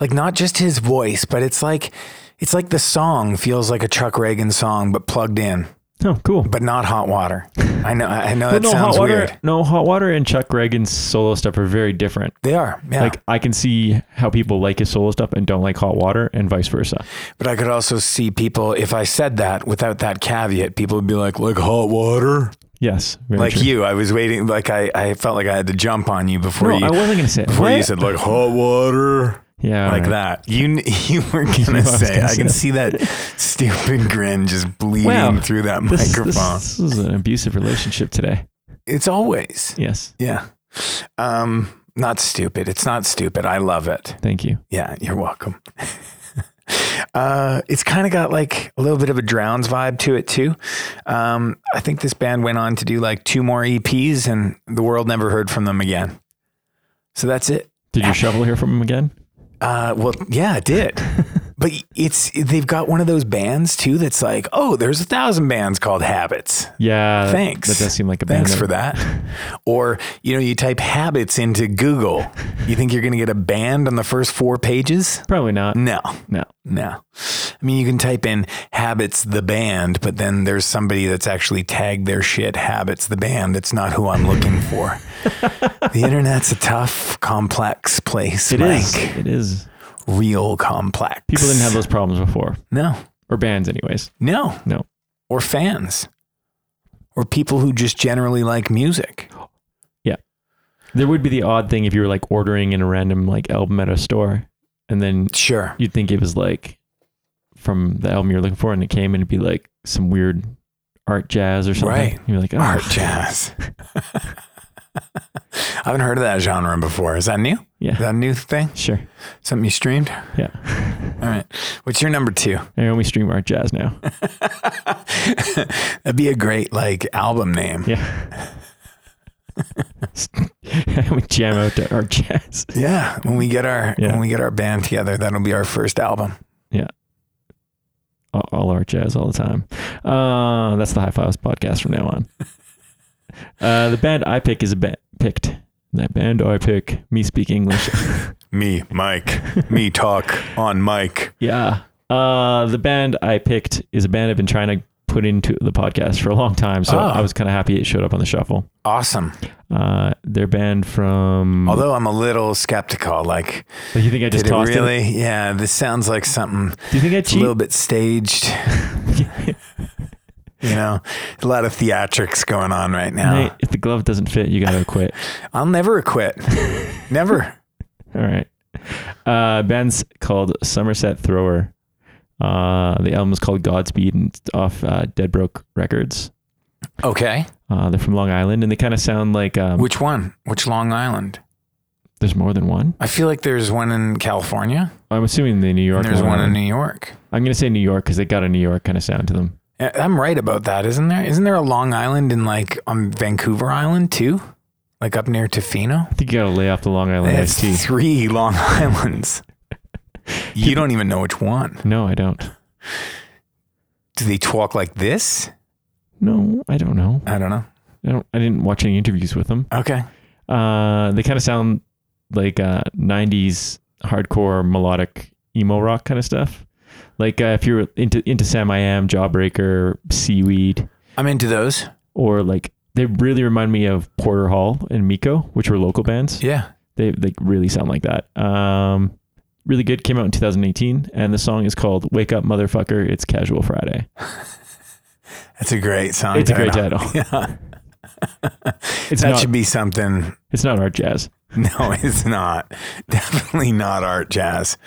[SPEAKER 9] like not just his voice, but it's like it's like the song feels like a Chuck Reagan song, but plugged in,
[SPEAKER 2] oh, cool.
[SPEAKER 9] but not hot water. I know, I know
[SPEAKER 2] But
[SPEAKER 9] that sounds
[SPEAKER 2] hot water.
[SPEAKER 9] weird.
[SPEAKER 2] No, hot water and Chuck Reagan's solo stuff are very different.
[SPEAKER 9] They are, yeah.
[SPEAKER 2] Like I can see how people like his solo stuff and don't like hot water, and vice versa.
[SPEAKER 9] but I could also see people if I said that without that caveat, people would be like, like hot water,
[SPEAKER 2] Yes, very
[SPEAKER 9] like
[SPEAKER 2] true.
[SPEAKER 9] you. I was waiting, like I, I felt like I had to jump on you before
[SPEAKER 2] No,
[SPEAKER 9] you.
[SPEAKER 2] I wasn't gonna say it.
[SPEAKER 9] before you
[SPEAKER 2] What?
[SPEAKER 9] said like hot water.
[SPEAKER 2] Yeah,
[SPEAKER 9] Like
[SPEAKER 2] alright.
[SPEAKER 9] that, you kn- you were gonna
[SPEAKER 2] I was
[SPEAKER 9] say.
[SPEAKER 2] gonna
[SPEAKER 9] I can
[SPEAKER 2] say.
[SPEAKER 9] see that stupid grin just bleeding
[SPEAKER 2] Wow.
[SPEAKER 9] through that
[SPEAKER 2] This, this-
[SPEAKER 9] microphone.
[SPEAKER 2] this is an abusive relationship today.
[SPEAKER 9] It's always.
[SPEAKER 2] Yes,
[SPEAKER 9] Yeah. Um, not stupid. It's not stupid. I love it.
[SPEAKER 2] thank you.
[SPEAKER 9] Yeah, you're welcome. uh, it's kind of got like a little bit of a drowns vibe to it too. Um, I think this band went on to do like two more EPs, and the world never heard from them again. So that's it.
[SPEAKER 2] Did your shovel hear from him again?
[SPEAKER 9] Uh, well, yeah, it did. but it's they've got one of those bands too that's like, oh, there's a thousand bands called Habits.
[SPEAKER 2] Yeah. that-
[SPEAKER 9] Thanks.
[SPEAKER 2] That does seem like a
[SPEAKER 9] Thanks
[SPEAKER 2] band
[SPEAKER 9] for that. Or you know, you type habits into Google. You think you're going to get a band on the first four pages?
[SPEAKER 2] Probably not.
[SPEAKER 9] No,
[SPEAKER 2] No.
[SPEAKER 9] no. I mean, you can type in habits the band, but then there's somebody that's actually tagged their shit habits the band. That's not who I'm looking for. the internet's a tough, complex place.
[SPEAKER 2] It
[SPEAKER 9] Mike.
[SPEAKER 2] is. It is.
[SPEAKER 9] Real complex.
[SPEAKER 2] People didn't have those problems before,
[SPEAKER 9] No,
[SPEAKER 2] or bands, anyways.
[SPEAKER 9] no,
[SPEAKER 2] No.
[SPEAKER 9] or fans, or people who just generally like music.
[SPEAKER 2] There would be the odd thing if you were like ordering in a random like album at a store, and then
[SPEAKER 9] Sure.
[SPEAKER 2] you'd think it was like from the album you're looking for, and it came and it'd be like some weird art jazz or something.
[SPEAKER 9] Right.
[SPEAKER 2] You'd be like, oh,
[SPEAKER 9] Art jazz. I haven't heard of that genre before. Is that new? Is
[SPEAKER 2] Yeah.
[SPEAKER 9] that a new thing?
[SPEAKER 2] Sure.
[SPEAKER 9] Something you streamed?
[SPEAKER 2] Yeah.
[SPEAKER 9] All right. What's your number two?
[SPEAKER 2] I only stream art jazz now.
[SPEAKER 9] That'd be a great like album name.
[SPEAKER 2] Yeah. I would jam out to art jazz.
[SPEAKER 9] Yeah, When we get our
[SPEAKER 2] Yeah.
[SPEAKER 9] when we get our band together, that'll be our first album.
[SPEAKER 2] all, all our jazz all the time. Uh, that's the High Fives podcast from now on. Uh, the band I pick is a band picked. That band I pick, me speak English.
[SPEAKER 9] Me, Mike. Me talk on Mike.
[SPEAKER 2] yeah. Uh, the band I picked is a band I've been trying to put into the podcast for a long time. So
[SPEAKER 9] Oh.
[SPEAKER 2] I was kind of happy it showed up on the shuffle.
[SPEAKER 9] Awesome.
[SPEAKER 2] Uh, their band from.
[SPEAKER 9] Although I'm a little skeptical. Like,
[SPEAKER 2] Like, you think I just
[SPEAKER 9] did it
[SPEAKER 2] tossed
[SPEAKER 9] really? Yeah, this sounds like something
[SPEAKER 2] Do you think I
[SPEAKER 9] it's a little
[SPEAKER 2] cheat?
[SPEAKER 9] bit staged. You know, a lot of theatrics going on right now.
[SPEAKER 2] Nate, if the glove doesn't fit, you got to quit.
[SPEAKER 9] I'll never quit. never.
[SPEAKER 2] All right. Uh, band's called Somerset Thrower. Uh, the album is called Godspeed and it's off uh, Dead Broke Records.
[SPEAKER 9] Okay.
[SPEAKER 2] Uh, they're from Long Island and they kind of sound like um,
[SPEAKER 9] Which one? Which Long Island?
[SPEAKER 2] there's more than one.
[SPEAKER 9] I feel like there's one in California
[SPEAKER 2] I'm assuming the New York.
[SPEAKER 9] and there's
[SPEAKER 2] one.
[SPEAKER 9] one in New York.
[SPEAKER 2] I'm gonna say New York because they got a New York kind of sound to them.
[SPEAKER 9] Uh, I'm right about that, isn't there? Isn't there a Long Island in like on Vancouver Island too? Like up near Tofino?
[SPEAKER 2] I think you gotta lay off the Long Island
[SPEAKER 9] That's
[SPEAKER 2] iced tea.
[SPEAKER 9] three Long Islands. you don't even know which one.
[SPEAKER 2] No, I don't.
[SPEAKER 9] Do they talk like this?
[SPEAKER 2] No, I don't know.
[SPEAKER 9] I don't know.
[SPEAKER 2] I don't. I didn't watch any interviews with them.
[SPEAKER 9] Okay.
[SPEAKER 2] Uh, they kind of sound like uh, '90s hardcore melodic emo rock kind of stuff. Like uh, if you're into into Sam I Am, Jawbreaker, Seaweed,
[SPEAKER 9] I'm into those.
[SPEAKER 2] or like they really remind me of Porter Hall and Miko, which were local bands.
[SPEAKER 9] Yeah.
[SPEAKER 2] They they really sound like that. Um, really good. Came out in 2018, and the song is called "Wake Up, Motherfucker." It's Casual Friday.
[SPEAKER 9] That's a great song.
[SPEAKER 2] It's a great title.
[SPEAKER 9] Yeah.
[SPEAKER 2] It's
[SPEAKER 9] that
[SPEAKER 2] not
[SPEAKER 9] should be something
[SPEAKER 2] it's not art jazz.
[SPEAKER 9] No, it's not. Definitely not art jazz.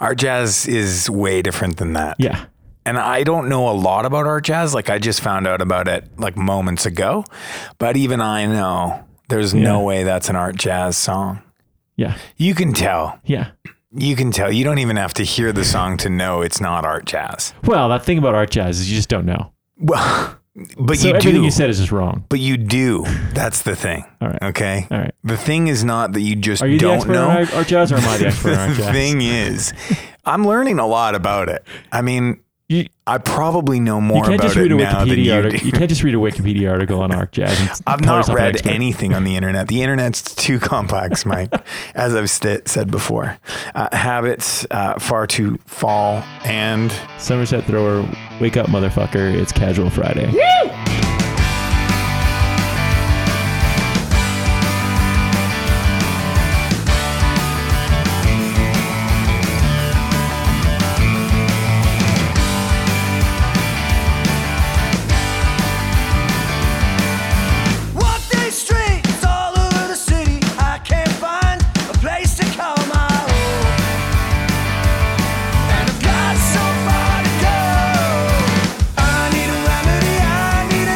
[SPEAKER 9] Art jazz is way different than that.
[SPEAKER 2] Yeah,
[SPEAKER 9] And I don't know a lot about art jazz. Like I just found out about it like moments ago. But even I know there's no
[SPEAKER 2] Yeah.
[SPEAKER 9] way that's an art jazz song.
[SPEAKER 2] yeah,
[SPEAKER 9] You can tell.
[SPEAKER 2] yeah.
[SPEAKER 9] You can tell. You don't even have to hear the song to know it's not art jazz.
[SPEAKER 2] Well, that thing about art jazz is you just don't know.
[SPEAKER 9] Well, but
[SPEAKER 2] So
[SPEAKER 9] you
[SPEAKER 2] everything
[SPEAKER 9] do.
[SPEAKER 2] you said is just wrong.
[SPEAKER 9] but you do. That's the thing.
[SPEAKER 2] All right.
[SPEAKER 9] Okay.
[SPEAKER 2] All right.
[SPEAKER 9] The thing is not that you just
[SPEAKER 2] Are you the
[SPEAKER 9] don't
[SPEAKER 2] expert
[SPEAKER 9] know.
[SPEAKER 2] on art, art jazz, or am I the expert on art
[SPEAKER 9] the
[SPEAKER 2] jazz?
[SPEAKER 9] thing is, I'm learning a lot about it. I mean,
[SPEAKER 2] you,
[SPEAKER 9] I probably know
[SPEAKER 2] you
[SPEAKER 9] more
[SPEAKER 2] can't
[SPEAKER 9] about
[SPEAKER 2] just read
[SPEAKER 9] it
[SPEAKER 2] a
[SPEAKER 9] now than
[SPEAKER 2] Wikipedia
[SPEAKER 9] you
[SPEAKER 2] article. You
[SPEAKER 9] do.
[SPEAKER 2] can't just read a Wikipedia article on art jazz. and
[SPEAKER 9] I've
[SPEAKER 2] call
[SPEAKER 9] not
[SPEAKER 2] yourself an
[SPEAKER 9] read
[SPEAKER 2] expert.
[SPEAKER 9] anything on the internet. The internet's too complex, Mike, as I've st- said before. Uh, habits, uh, far too fall, and
[SPEAKER 2] Somerset Thrower, wake up, motherfucker! It's Casual Friday.
[SPEAKER 10] Walk these streets all over the city. I can't find a place to call my own. And I've got so far to go. I need a remedy. I need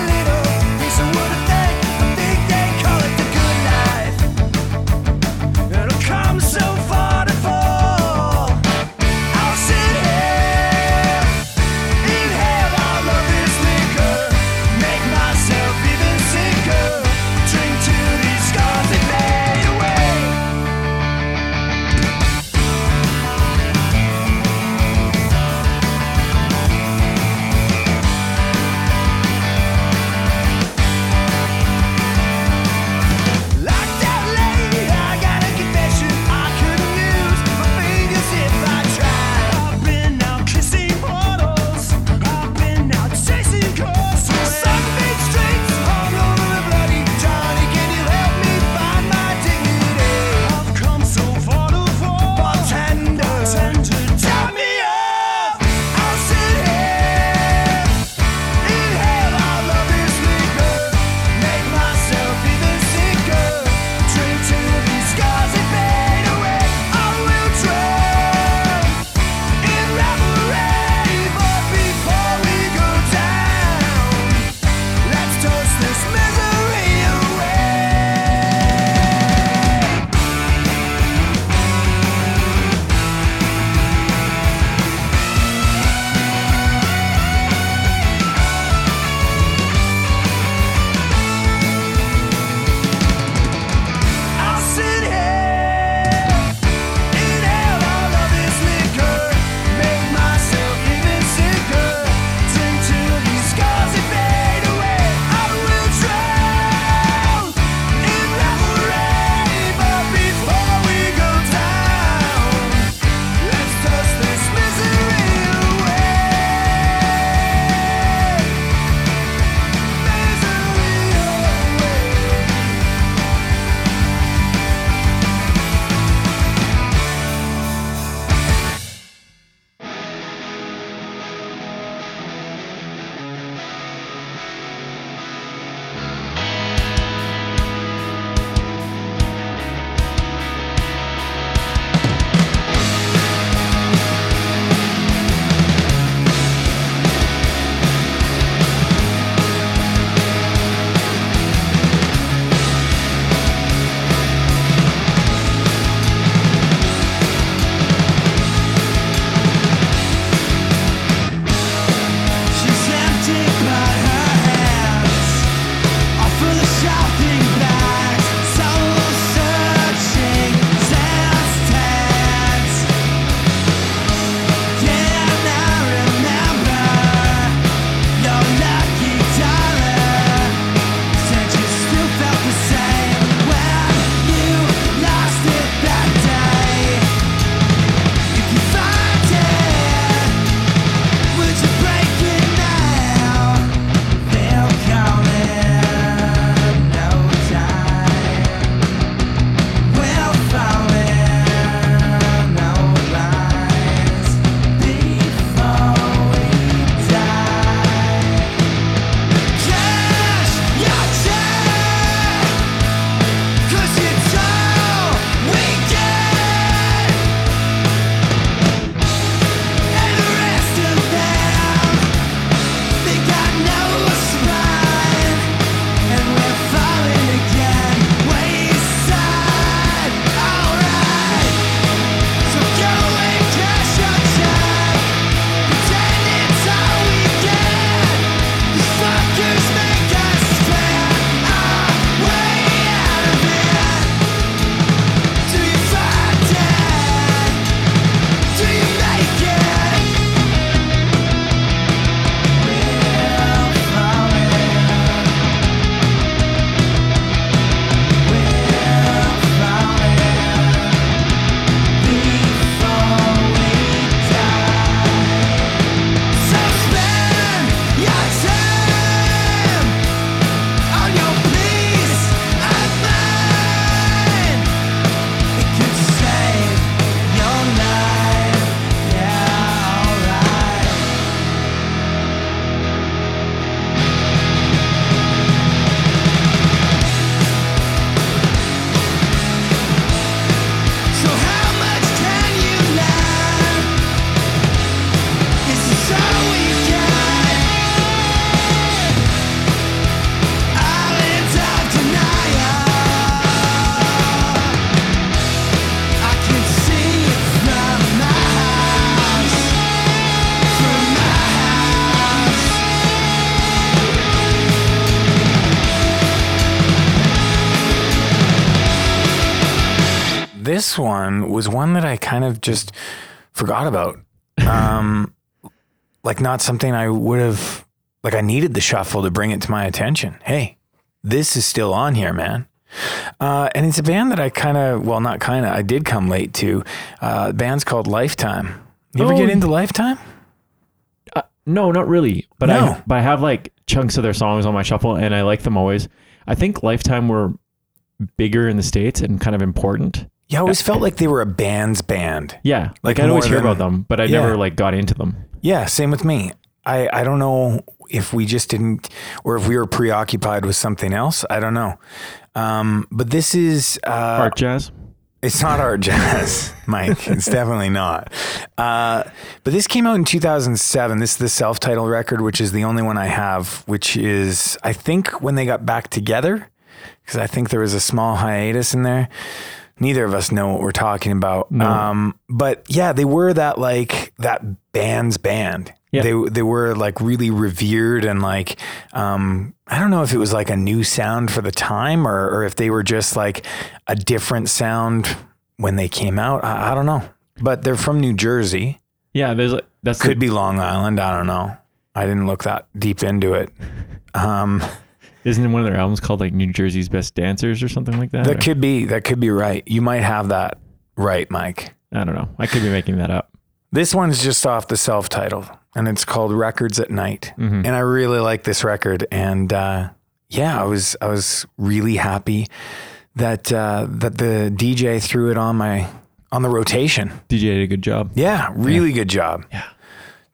[SPEAKER 9] this one was one that I kind of just forgot about. Um, like not something I would have like I needed the shuffle to bring it to my attention. Hey, this is still on here, man. Uh, and it's a band that I kind of, well, not kind of, I did come late to. Uh, the band's called Lifetime. You ever
[SPEAKER 2] Oh,
[SPEAKER 9] get
[SPEAKER 2] y-
[SPEAKER 9] into Lifetime?
[SPEAKER 2] No, not really. But
[SPEAKER 9] No.
[SPEAKER 2] I but I have like chunks of their songs on my shuffle, and I like them always. I think Lifetime were bigger in the states and kind of important.
[SPEAKER 9] Yeah, I always felt like they were a band's band.
[SPEAKER 2] Yeah,
[SPEAKER 9] Like
[SPEAKER 2] like, I'd always
[SPEAKER 9] more
[SPEAKER 2] hear
[SPEAKER 9] than-
[SPEAKER 2] about them, but I
[SPEAKER 9] Yeah.
[SPEAKER 2] never like got into them.
[SPEAKER 9] Yeah, same with me. I, I don't know if we just didn't, or if we were preoccupied with something else. I don't know. Um, but this is, uh,
[SPEAKER 2] Art jazz.
[SPEAKER 9] It's not art jazz, Mike. It's definitely not. Uh, but this came out in 2007. This is the self titled record, which is the only one I have, which is, I think, when they got back together, because I think there was a small hiatus in there. Neither of us know what we're talking about. Um, but yeah, they were that like that band's band.
[SPEAKER 2] Yeah.
[SPEAKER 9] They they were like really revered and like um, I don't know if it was like a new sound for the time or or if they were just like a different sound when they came out. I, I don't know. But they're from New Jersey.
[SPEAKER 2] Yeah, there's like that's
[SPEAKER 9] Could
[SPEAKER 2] the,
[SPEAKER 9] be Long Island. I don't know. I didn't look that deep into it. Um,
[SPEAKER 2] isn't one of their albums called like New Jersey's Best Dancers or something like that.
[SPEAKER 9] that
[SPEAKER 2] Or-
[SPEAKER 9] could be that could be right. You might have that right, Mike.
[SPEAKER 2] I don't know. I could be making that up.
[SPEAKER 9] This one's just off the self titled and it's called Records at Night. And I really like this record. And uh, yeah, I was I was really happy that uh, that the DJ threw it on my on the rotation.
[SPEAKER 2] DJ did a good job.
[SPEAKER 9] Yeah, really good job. Yeah.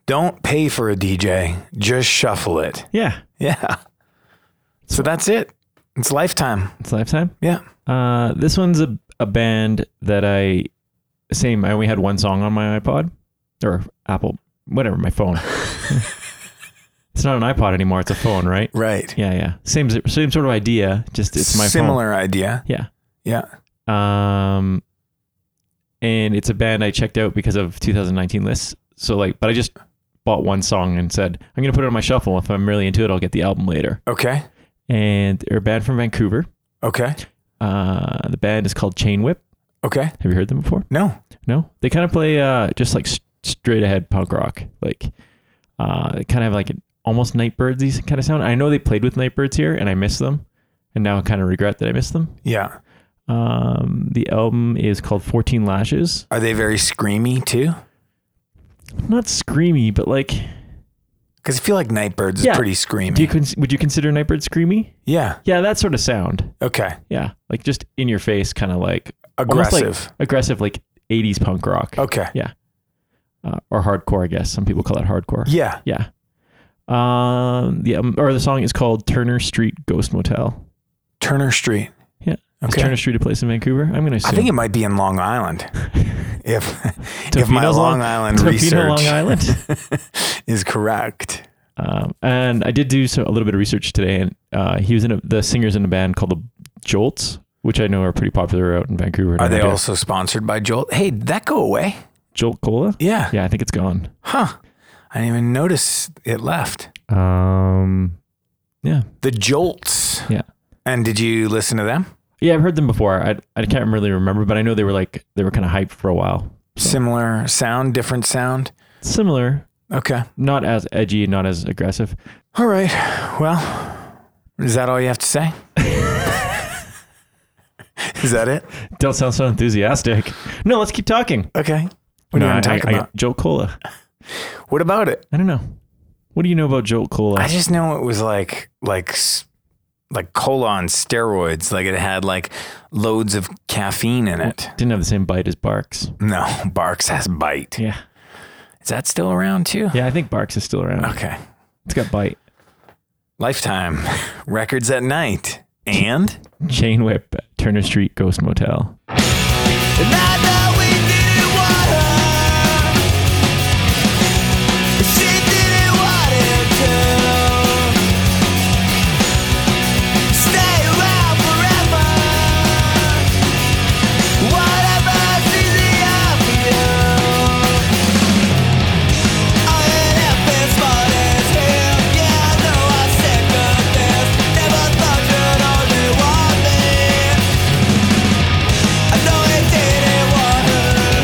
[SPEAKER 9] Don't pay for a DJ, just shuffle it.
[SPEAKER 2] Yeah,
[SPEAKER 9] Yeah. So that's it. It's lifetime.
[SPEAKER 2] it's Lifetime.
[SPEAKER 9] Yeah.
[SPEAKER 2] Uh, this one's a, a band that I same. I only had one song on my iPod or Apple, whatever my phone. it's not an iPod anymore. It's a phone, right?
[SPEAKER 9] Right.
[SPEAKER 2] Yeah, yeah. Same same sort of idea. Just it's my phone.
[SPEAKER 9] similar idea.
[SPEAKER 2] Yeah.
[SPEAKER 9] Yeah.
[SPEAKER 2] Um, and it's a band I checked out because of 2019 lists. So like, but I just bought one song and said I'm gonna put it on my shuffle. If I'm really into it, I'll get the album later.
[SPEAKER 9] Okay.
[SPEAKER 2] And they're a band from Vancouver.
[SPEAKER 9] Okay.
[SPEAKER 2] Uh, the band is called Chain Whip.
[SPEAKER 9] Okay.
[SPEAKER 2] Have you heard them before?
[SPEAKER 9] No.
[SPEAKER 2] No, they kind of play uh, just like s- straight ahead punk rock, like uh, they kind of have like an almost Nightbirdsy kind of sound. I know they played with Nightbirds here, and I miss them, and now I kind of regret that I missed them.
[SPEAKER 9] Yeah.
[SPEAKER 2] Um, the album is called Fourteen Lashes.
[SPEAKER 9] Are they very screamy too?
[SPEAKER 2] Not screamy, but like,
[SPEAKER 9] Because I feel like Nightbirds
[SPEAKER 2] Yeah.
[SPEAKER 9] is pretty
[SPEAKER 2] do you
[SPEAKER 9] screamy.
[SPEAKER 2] cons- would you consider Nightbird screamy?
[SPEAKER 9] yeah.
[SPEAKER 2] Yeah, that sort of sound.
[SPEAKER 9] Okay.
[SPEAKER 2] Yeah, like just in your face, kind of like almost like
[SPEAKER 9] Aggressive.
[SPEAKER 2] aggressive, like '80s punk rock.
[SPEAKER 9] Okay.
[SPEAKER 2] Yeah, uh, or hardcore, I guess some people call it hardcore.
[SPEAKER 9] Yeah.
[SPEAKER 2] Yeah. Um, the um, or the song is called Turner Street Ghost Motel.
[SPEAKER 9] Turner Street.
[SPEAKER 2] Yeah. Is
[SPEAKER 9] Okay.
[SPEAKER 2] Turner Street a place in Vancouver? I'm gonna assume.
[SPEAKER 9] I think it might be in Long Island. if if
[SPEAKER 2] Tofino
[SPEAKER 9] my Long
[SPEAKER 2] Long-
[SPEAKER 9] Island
[SPEAKER 2] Tofino,
[SPEAKER 9] research
[SPEAKER 2] Long Island.
[SPEAKER 9] is correct.
[SPEAKER 2] um, and I did do some, a little bit of research today, and uh, he was in a, the singers in a band called the Jolts, which I know are pretty popular out in Vancouver. and
[SPEAKER 9] Are they
[SPEAKER 2] Alberta.
[SPEAKER 9] also sponsored by Jolt? Hey, did that go away?
[SPEAKER 2] Jolt Cola?
[SPEAKER 9] Yeah.
[SPEAKER 2] Yeah, I think it's gone.
[SPEAKER 9] Huh. I didn't even notice it left.
[SPEAKER 2] Um, yeah,
[SPEAKER 9] The Jolts.
[SPEAKER 2] yeah,
[SPEAKER 9] And did you listen to them?
[SPEAKER 2] yeah. I've heard them before. I I can't really remember, but I know they were like they were kind of hyped for a while.
[SPEAKER 9] Similar sound, different sound.
[SPEAKER 2] Similar,
[SPEAKER 9] Okay.
[SPEAKER 2] not as edgy, not as aggressive.
[SPEAKER 9] All right. Well, is that all you have to say? is that it?
[SPEAKER 2] Don't sound so enthusiastic. No, let's keep talking.
[SPEAKER 9] Okay. What
[SPEAKER 2] No,
[SPEAKER 9] are you
[SPEAKER 2] I-
[SPEAKER 9] talking
[SPEAKER 2] I- I-
[SPEAKER 9] about?
[SPEAKER 2] Jolt Cola.
[SPEAKER 9] What about it?
[SPEAKER 2] I don't know. What do you know about Jolt Cola?
[SPEAKER 9] I just know it was like like s- like cola on steroids. Like it had like loads of caffeine in it.
[SPEAKER 2] Didn't have the same bite as Barks.
[SPEAKER 9] No, Barks has bite.
[SPEAKER 2] Yeah.
[SPEAKER 9] Is that still around too?
[SPEAKER 2] Yeah, I think Barks is still around.
[SPEAKER 9] Okay.
[SPEAKER 2] It's got bite.
[SPEAKER 9] Lifetime records at night and.
[SPEAKER 2] Chain Whip, Turner Street Ghost Motel.
[SPEAKER 10] Never thought you'd only want me I know it didn't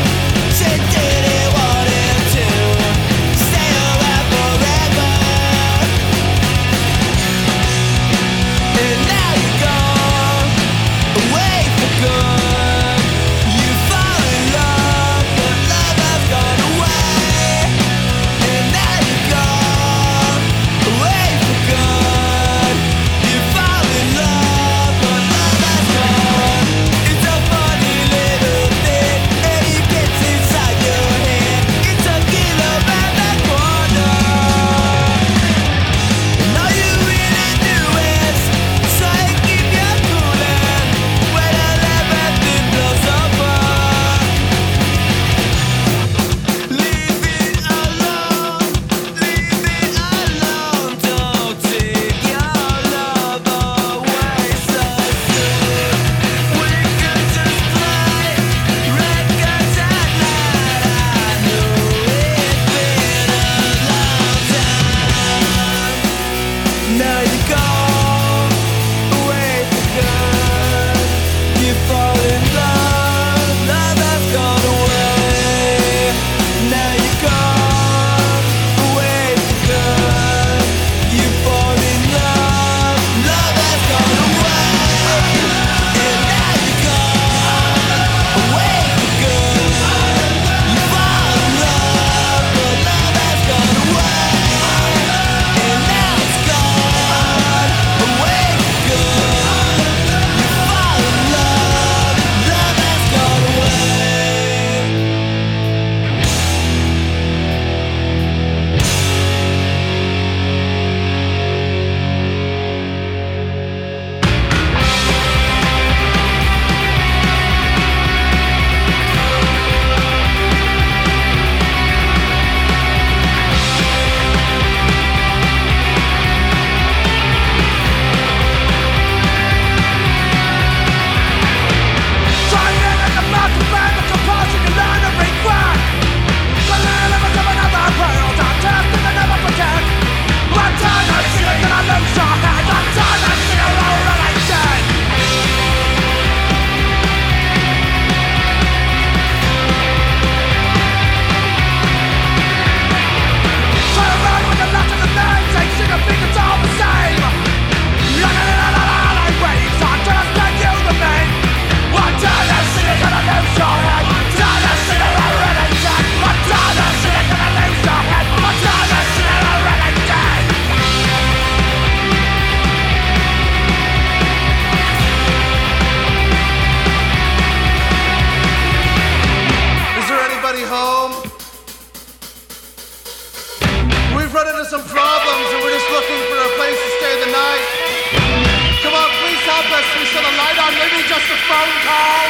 [SPEAKER 7] phone call.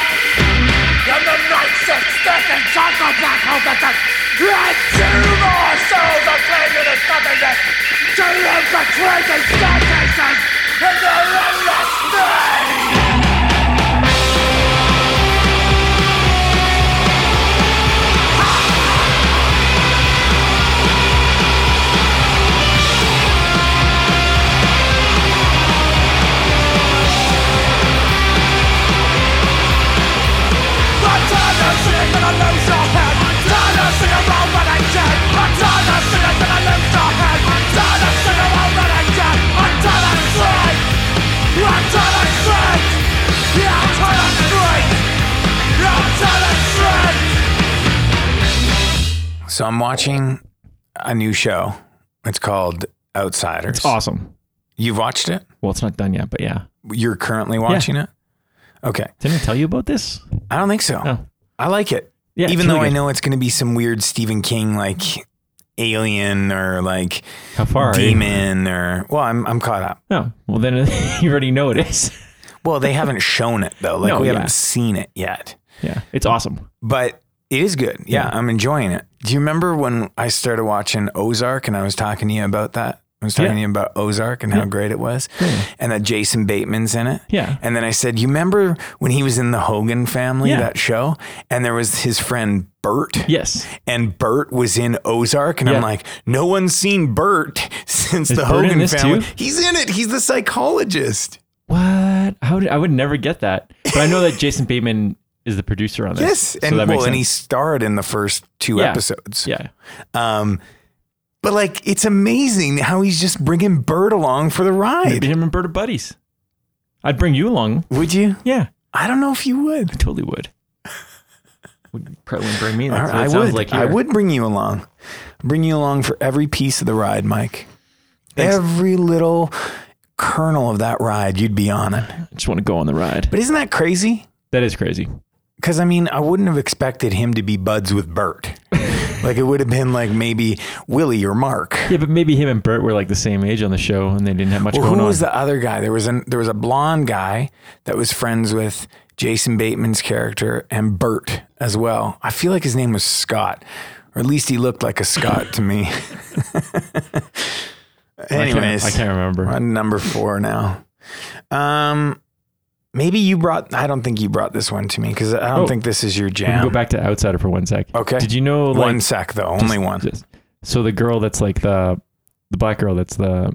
[SPEAKER 7] You're the nicest, second chocolate black hole that's a Let two more souls are playing you to something that to live between the staircases in the endless night. I'm tired of sitting in a lose your head. Tired of sitting around when I can. I'm tired of sitting in a lose your head. Tired of sitting around when I can. I'm tired of straight. I'm tired of straight. Yeah, I'm tired of straight. Yeah, I'm tired of straight.
[SPEAKER 9] So I'm watching a new show. It's called Outsiders.
[SPEAKER 2] It's awesome.
[SPEAKER 9] You've watched it?
[SPEAKER 2] Well, it's not done yet, but yeah.
[SPEAKER 9] You're currently watching it? Okay.
[SPEAKER 2] Didn't I tell you about this?
[SPEAKER 9] I don't think so.
[SPEAKER 2] No.
[SPEAKER 9] I like it.
[SPEAKER 2] Oh. Yeah,
[SPEAKER 9] Even
[SPEAKER 2] it's really
[SPEAKER 9] though I
[SPEAKER 2] good.
[SPEAKER 9] know it's going to be some weird Stephen King like alien or like
[SPEAKER 2] How far are you?
[SPEAKER 9] demon or well, I'm I'm caught up.
[SPEAKER 2] No. Well, then you already know it is.
[SPEAKER 9] Well, they haven't shown it though. Like
[SPEAKER 2] No,
[SPEAKER 9] we
[SPEAKER 2] yeah.
[SPEAKER 9] haven't seen it yet.
[SPEAKER 2] Yeah. It's awesome.
[SPEAKER 9] But it is good. Yeah,
[SPEAKER 2] Yeah.
[SPEAKER 9] I'm enjoying it. Do you remember when I started watching Ozark and I was talking to you about that? I was talking
[SPEAKER 2] Yeah.
[SPEAKER 9] to you about Ozark and how great it was, and that Jason Bateman's in it.
[SPEAKER 2] Yeah.
[SPEAKER 9] And then I said, "You remember when he was in the Hogan Family,
[SPEAKER 2] Yeah.
[SPEAKER 9] that show, and there was his friend Bert?
[SPEAKER 2] Yes.
[SPEAKER 9] and Bert was in Ozark, and
[SPEAKER 2] Yeah.
[SPEAKER 9] I'm like, no one's seen Bert since
[SPEAKER 2] Is
[SPEAKER 9] the
[SPEAKER 2] Bert in
[SPEAKER 9] Hogan
[SPEAKER 2] this
[SPEAKER 9] family.
[SPEAKER 2] too?
[SPEAKER 9] He's in it. He's the psychologist.
[SPEAKER 2] What? How did I would never get that. But I know that Jason Bateman is the producer on this.
[SPEAKER 9] Yes,
[SPEAKER 2] So
[SPEAKER 9] and
[SPEAKER 2] that makes
[SPEAKER 9] well, and he
[SPEAKER 2] sense.
[SPEAKER 9] starred in the first two
[SPEAKER 2] Yeah.
[SPEAKER 9] episodes.
[SPEAKER 2] Yeah.
[SPEAKER 9] Um, but like, it's amazing how he's just bringing Bert along for the
[SPEAKER 2] Maybe
[SPEAKER 9] ride.
[SPEAKER 2] him and Bert are buddies. I'd bring you along.
[SPEAKER 9] Would you?
[SPEAKER 2] Yeah.
[SPEAKER 9] I don't know if you would.
[SPEAKER 2] I totally would. Would probably bring me. in. That's
[SPEAKER 9] Or
[SPEAKER 2] what it
[SPEAKER 9] I
[SPEAKER 2] sounds
[SPEAKER 9] would.
[SPEAKER 2] Like
[SPEAKER 9] I
[SPEAKER 2] here.
[SPEAKER 9] would bring you along. Bring you along for every piece of the ride, Mike. Every little kernel of that ride, you'd be on it.
[SPEAKER 2] I just want to go on the ride.
[SPEAKER 9] But isn't that crazy?
[SPEAKER 2] That is crazy.
[SPEAKER 9] Because I mean, I wouldn't have expected him to be buds with Bert. like it would have been like maybe Willie or Mark.
[SPEAKER 2] Yeah, but maybe him and Bert were like the same age on the show, and they didn't have much
[SPEAKER 9] Well,
[SPEAKER 2] going
[SPEAKER 9] who
[SPEAKER 2] on.
[SPEAKER 9] was the other guy? There was an there was a blonde guy that was friends with Jason Bateman's character and Bert as well. I feel like his name was Scott, or at least he looked like a Scott to me.
[SPEAKER 2] I can't-
[SPEAKER 9] Anyways,
[SPEAKER 2] I can't remember.
[SPEAKER 9] We're on number four now. Um, maybe you brought. I don't think you brought this one to me because I don't
[SPEAKER 2] Oh.
[SPEAKER 9] think this is your
[SPEAKER 2] We
[SPEAKER 9] jam.
[SPEAKER 2] can go back to Outsider for one sec.
[SPEAKER 9] Okay.
[SPEAKER 2] Did you know like
[SPEAKER 9] one sec though, only one.
[SPEAKER 2] just- so the girl that's like the the black girl that's the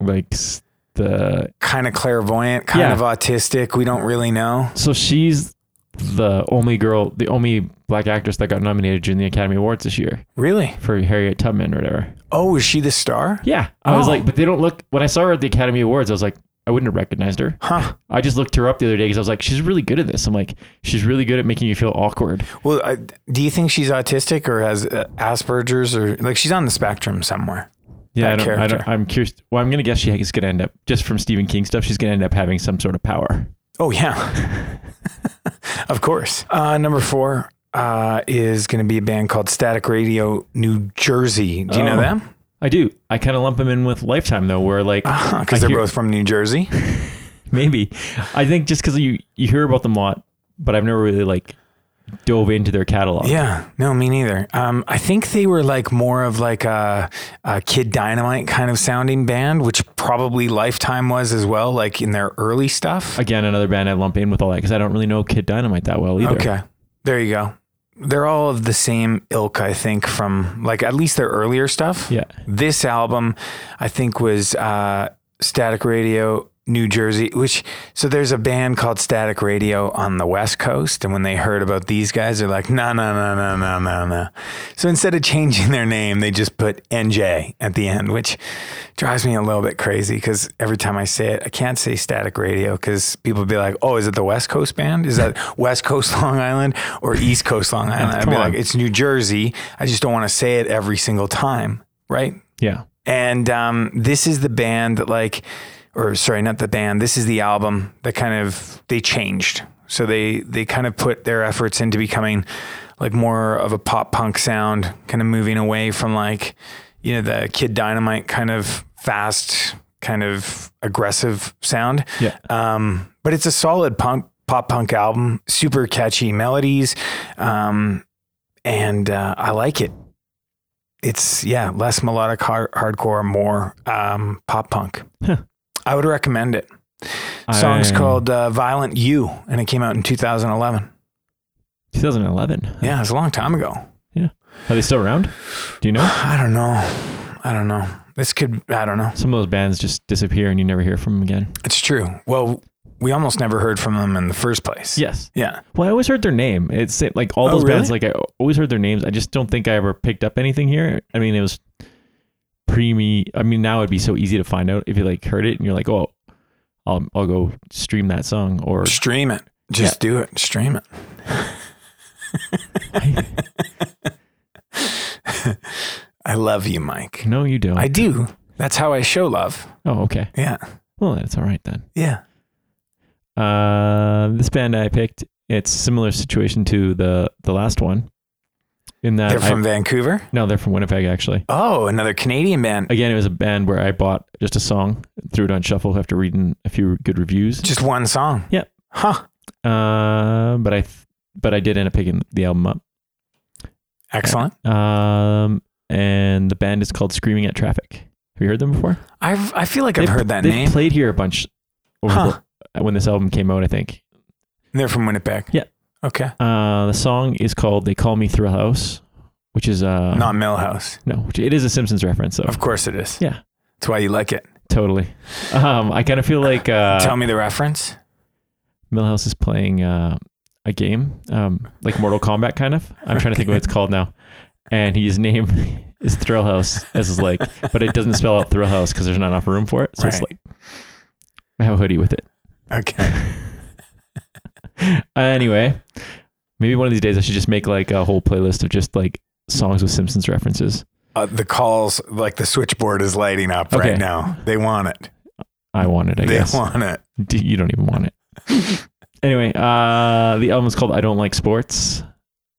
[SPEAKER 2] like s- the
[SPEAKER 9] kind of clairvoyant, kind
[SPEAKER 2] Yeah.
[SPEAKER 9] of autistic. We don't really know.
[SPEAKER 2] so she's the only girl, the only black actress that got nominated during the Academy Awards this year
[SPEAKER 9] Really?
[SPEAKER 2] for Harriet Tubman or whatever.
[SPEAKER 9] Oh, is she the star?
[SPEAKER 2] Yeah, I was
[SPEAKER 9] Oh.
[SPEAKER 2] like, but they don't look. When I saw her at the Academy Awards, I was like, I wouldn't have recognized her.
[SPEAKER 9] Huh.
[SPEAKER 2] I just looked her up the other day because I was like, she's really good at this. I'm like, she's really good at making you feel awkward.
[SPEAKER 9] Well, I, do you think she's autistic or has uh, Asperger's or like she's on the spectrum somewhere?
[SPEAKER 2] Yeah, I
[SPEAKER 9] That
[SPEAKER 2] don't, I don't,
[SPEAKER 9] character.
[SPEAKER 2] I'm curious. Well, I'm gonna guess she is gonna end up just from Stephen King stuff. She's gonna end up having some sort of power.
[SPEAKER 9] Oh yeah, of course. Uh, number four uh, is going to be a band called Static Radio New Jersey. Do you know
[SPEAKER 2] Oh.
[SPEAKER 9] them?
[SPEAKER 2] I do. I kind of lump them in with Lifetime though, where like
[SPEAKER 9] Because
[SPEAKER 2] I
[SPEAKER 9] Uh-huh, they're
[SPEAKER 2] hear-
[SPEAKER 9] both from New Jersey.
[SPEAKER 2] maybe. I think just because you you hear about them a lot, but I've never really like dove into their catalog.
[SPEAKER 9] Yeah, no, me neither. Um, I think they were like more of like a, a Kid Dynamite kind of sounding band, which probably Lifetime was as well, like in their early stuff.
[SPEAKER 2] Again, another band I lump in with all that because I don't really know Kid Dynamite that well either.
[SPEAKER 9] Okay, there you go. They're all of the same ilk, I think, from like at least their earlier stuff.
[SPEAKER 2] Yeah.
[SPEAKER 9] This album, I think, was uh, Static Radio New Jersey, which, so there's a band called Static Radio on the West Coast. And when they heard about these guys, they're like, no, no, no, no, no, no, no. So instead of changing their name, they just put NJ at the end, which drives me a little bit crazy because every time I say it, I can't say Static Radio because people be like, oh, is it the West Coast band? Is that West Coast Long Island or East Coast Long Island? I'd
[SPEAKER 2] Come
[SPEAKER 9] be
[SPEAKER 2] on.
[SPEAKER 9] like, it's New Jersey. I just don't want to say it every single time, right?
[SPEAKER 2] Yeah.
[SPEAKER 9] And um, this is the band that, like, or sorry, not the band. This is the album that kind of they changed. So they they kind of put their efforts into becoming like more of a pop punk sound, kind of moving away from like you know the Kid Dynamite kind of fast, kind of aggressive sound.
[SPEAKER 2] Yeah.
[SPEAKER 9] Um, but but it's a solid punk pop punk album. Super catchy melodies, um, and uh, I like it. It's yeah, less melodic har hardcore, more um, pop punk.
[SPEAKER 2] Huh.
[SPEAKER 9] I would recommend it. Song's
[SPEAKER 2] I-
[SPEAKER 9] called uh, "Violent You," and it came out in 2011.
[SPEAKER 2] 2011.
[SPEAKER 9] Yeah, it's a long time ago.
[SPEAKER 2] Are they still around? Do you know?
[SPEAKER 9] I don't know. I don't know. This could. I don't know.
[SPEAKER 2] Some of those bands just disappear and you never hear from them again.
[SPEAKER 9] It's true. Well, we almost never heard from them in the first place.
[SPEAKER 2] Yes.
[SPEAKER 9] Yeah.
[SPEAKER 2] Well, I always heard their name. It's it- like all
[SPEAKER 9] Oh,
[SPEAKER 2] those bands.
[SPEAKER 9] really?
[SPEAKER 2] Like I always heard their names. I just don't think I ever picked up anything here. I mean, it was pre me. I mean, now it'd be so easy to find out if you like heard it and you're like, oh, I'll I'll go stream that song or
[SPEAKER 9] Stream it. Just do it. Stream it. I love you, Mike.
[SPEAKER 2] no, you don't.
[SPEAKER 9] I do. That's how I show love.
[SPEAKER 2] oh, okay.
[SPEAKER 9] Yeah.
[SPEAKER 2] Well, that's all right then.
[SPEAKER 9] Yeah.
[SPEAKER 2] Uh, this band I picked. It's similar situation to the the last one. In that
[SPEAKER 9] They're
[SPEAKER 2] I-
[SPEAKER 9] from Vancouver.
[SPEAKER 2] no, they're from Winnipeg actually.
[SPEAKER 9] Oh, another Canadian band.
[SPEAKER 2] Again, it was a band where I bought just a song, threw it on shuffle after reading a few good reviews.
[SPEAKER 9] Just one song.
[SPEAKER 2] Yeah.
[SPEAKER 9] Huh.
[SPEAKER 2] Uh, but I th- but I did end up picking the album up.
[SPEAKER 9] Excellent.
[SPEAKER 2] Um, and the band is called Screaming at Traffic. Have you heard them before?
[SPEAKER 9] I've, I feel like I've
[SPEAKER 2] They've-
[SPEAKER 9] heard that
[SPEAKER 2] they've
[SPEAKER 9] name.
[SPEAKER 2] Played here a bunch over
[SPEAKER 9] Huh.
[SPEAKER 2] the- when this album came out, I think.
[SPEAKER 9] They're from Winnipeg.
[SPEAKER 2] Yeah.
[SPEAKER 9] Okay.
[SPEAKER 2] Uh, the song is called "They Call Me Thrill House," which is uh
[SPEAKER 9] Not Millhouse.
[SPEAKER 2] no, which it is a Simpsons reference though.
[SPEAKER 9] Of course it is.
[SPEAKER 2] Yeah,
[SPEAKER 9] That's why you like it.
[SPEAKER 2] totally. Um, I kind of feel like uh,
[SPEAKER 9] Tell me the reference.
[SPEAKER 2] Millhouse is playing uh, a game, um, like Mortal Kombat, kind of. I'm trying to think what it's called now. And his name is Thrill House, as is like, but it doesn't spell out Thrill House because there's not enough room for it. So it's
[SPEAKER 9] Right.
[SPEAKER 2] like, I have a hoodie with it.
[SPEAKER 9] Okay.
[SPEAKER 2] Uh, anyway, maybe one of these days I should just make like a whole playlist of just like songs with Simpsons references.
[SPEAKER 9] Uh, the calls, like the switchboard is lighting up
[SPEAKER 2] Okay.
[SPEAKER 9] right now. They want it.
[SPEAKER 2] I want it, I
[SPEAKER 9] they
[SPEAKER 2] guess.
[SPEAKER 9] want it.
[SPEAKER 2] D- You don't even want it. anyway, uh, the album is called "I Don't Like Sports."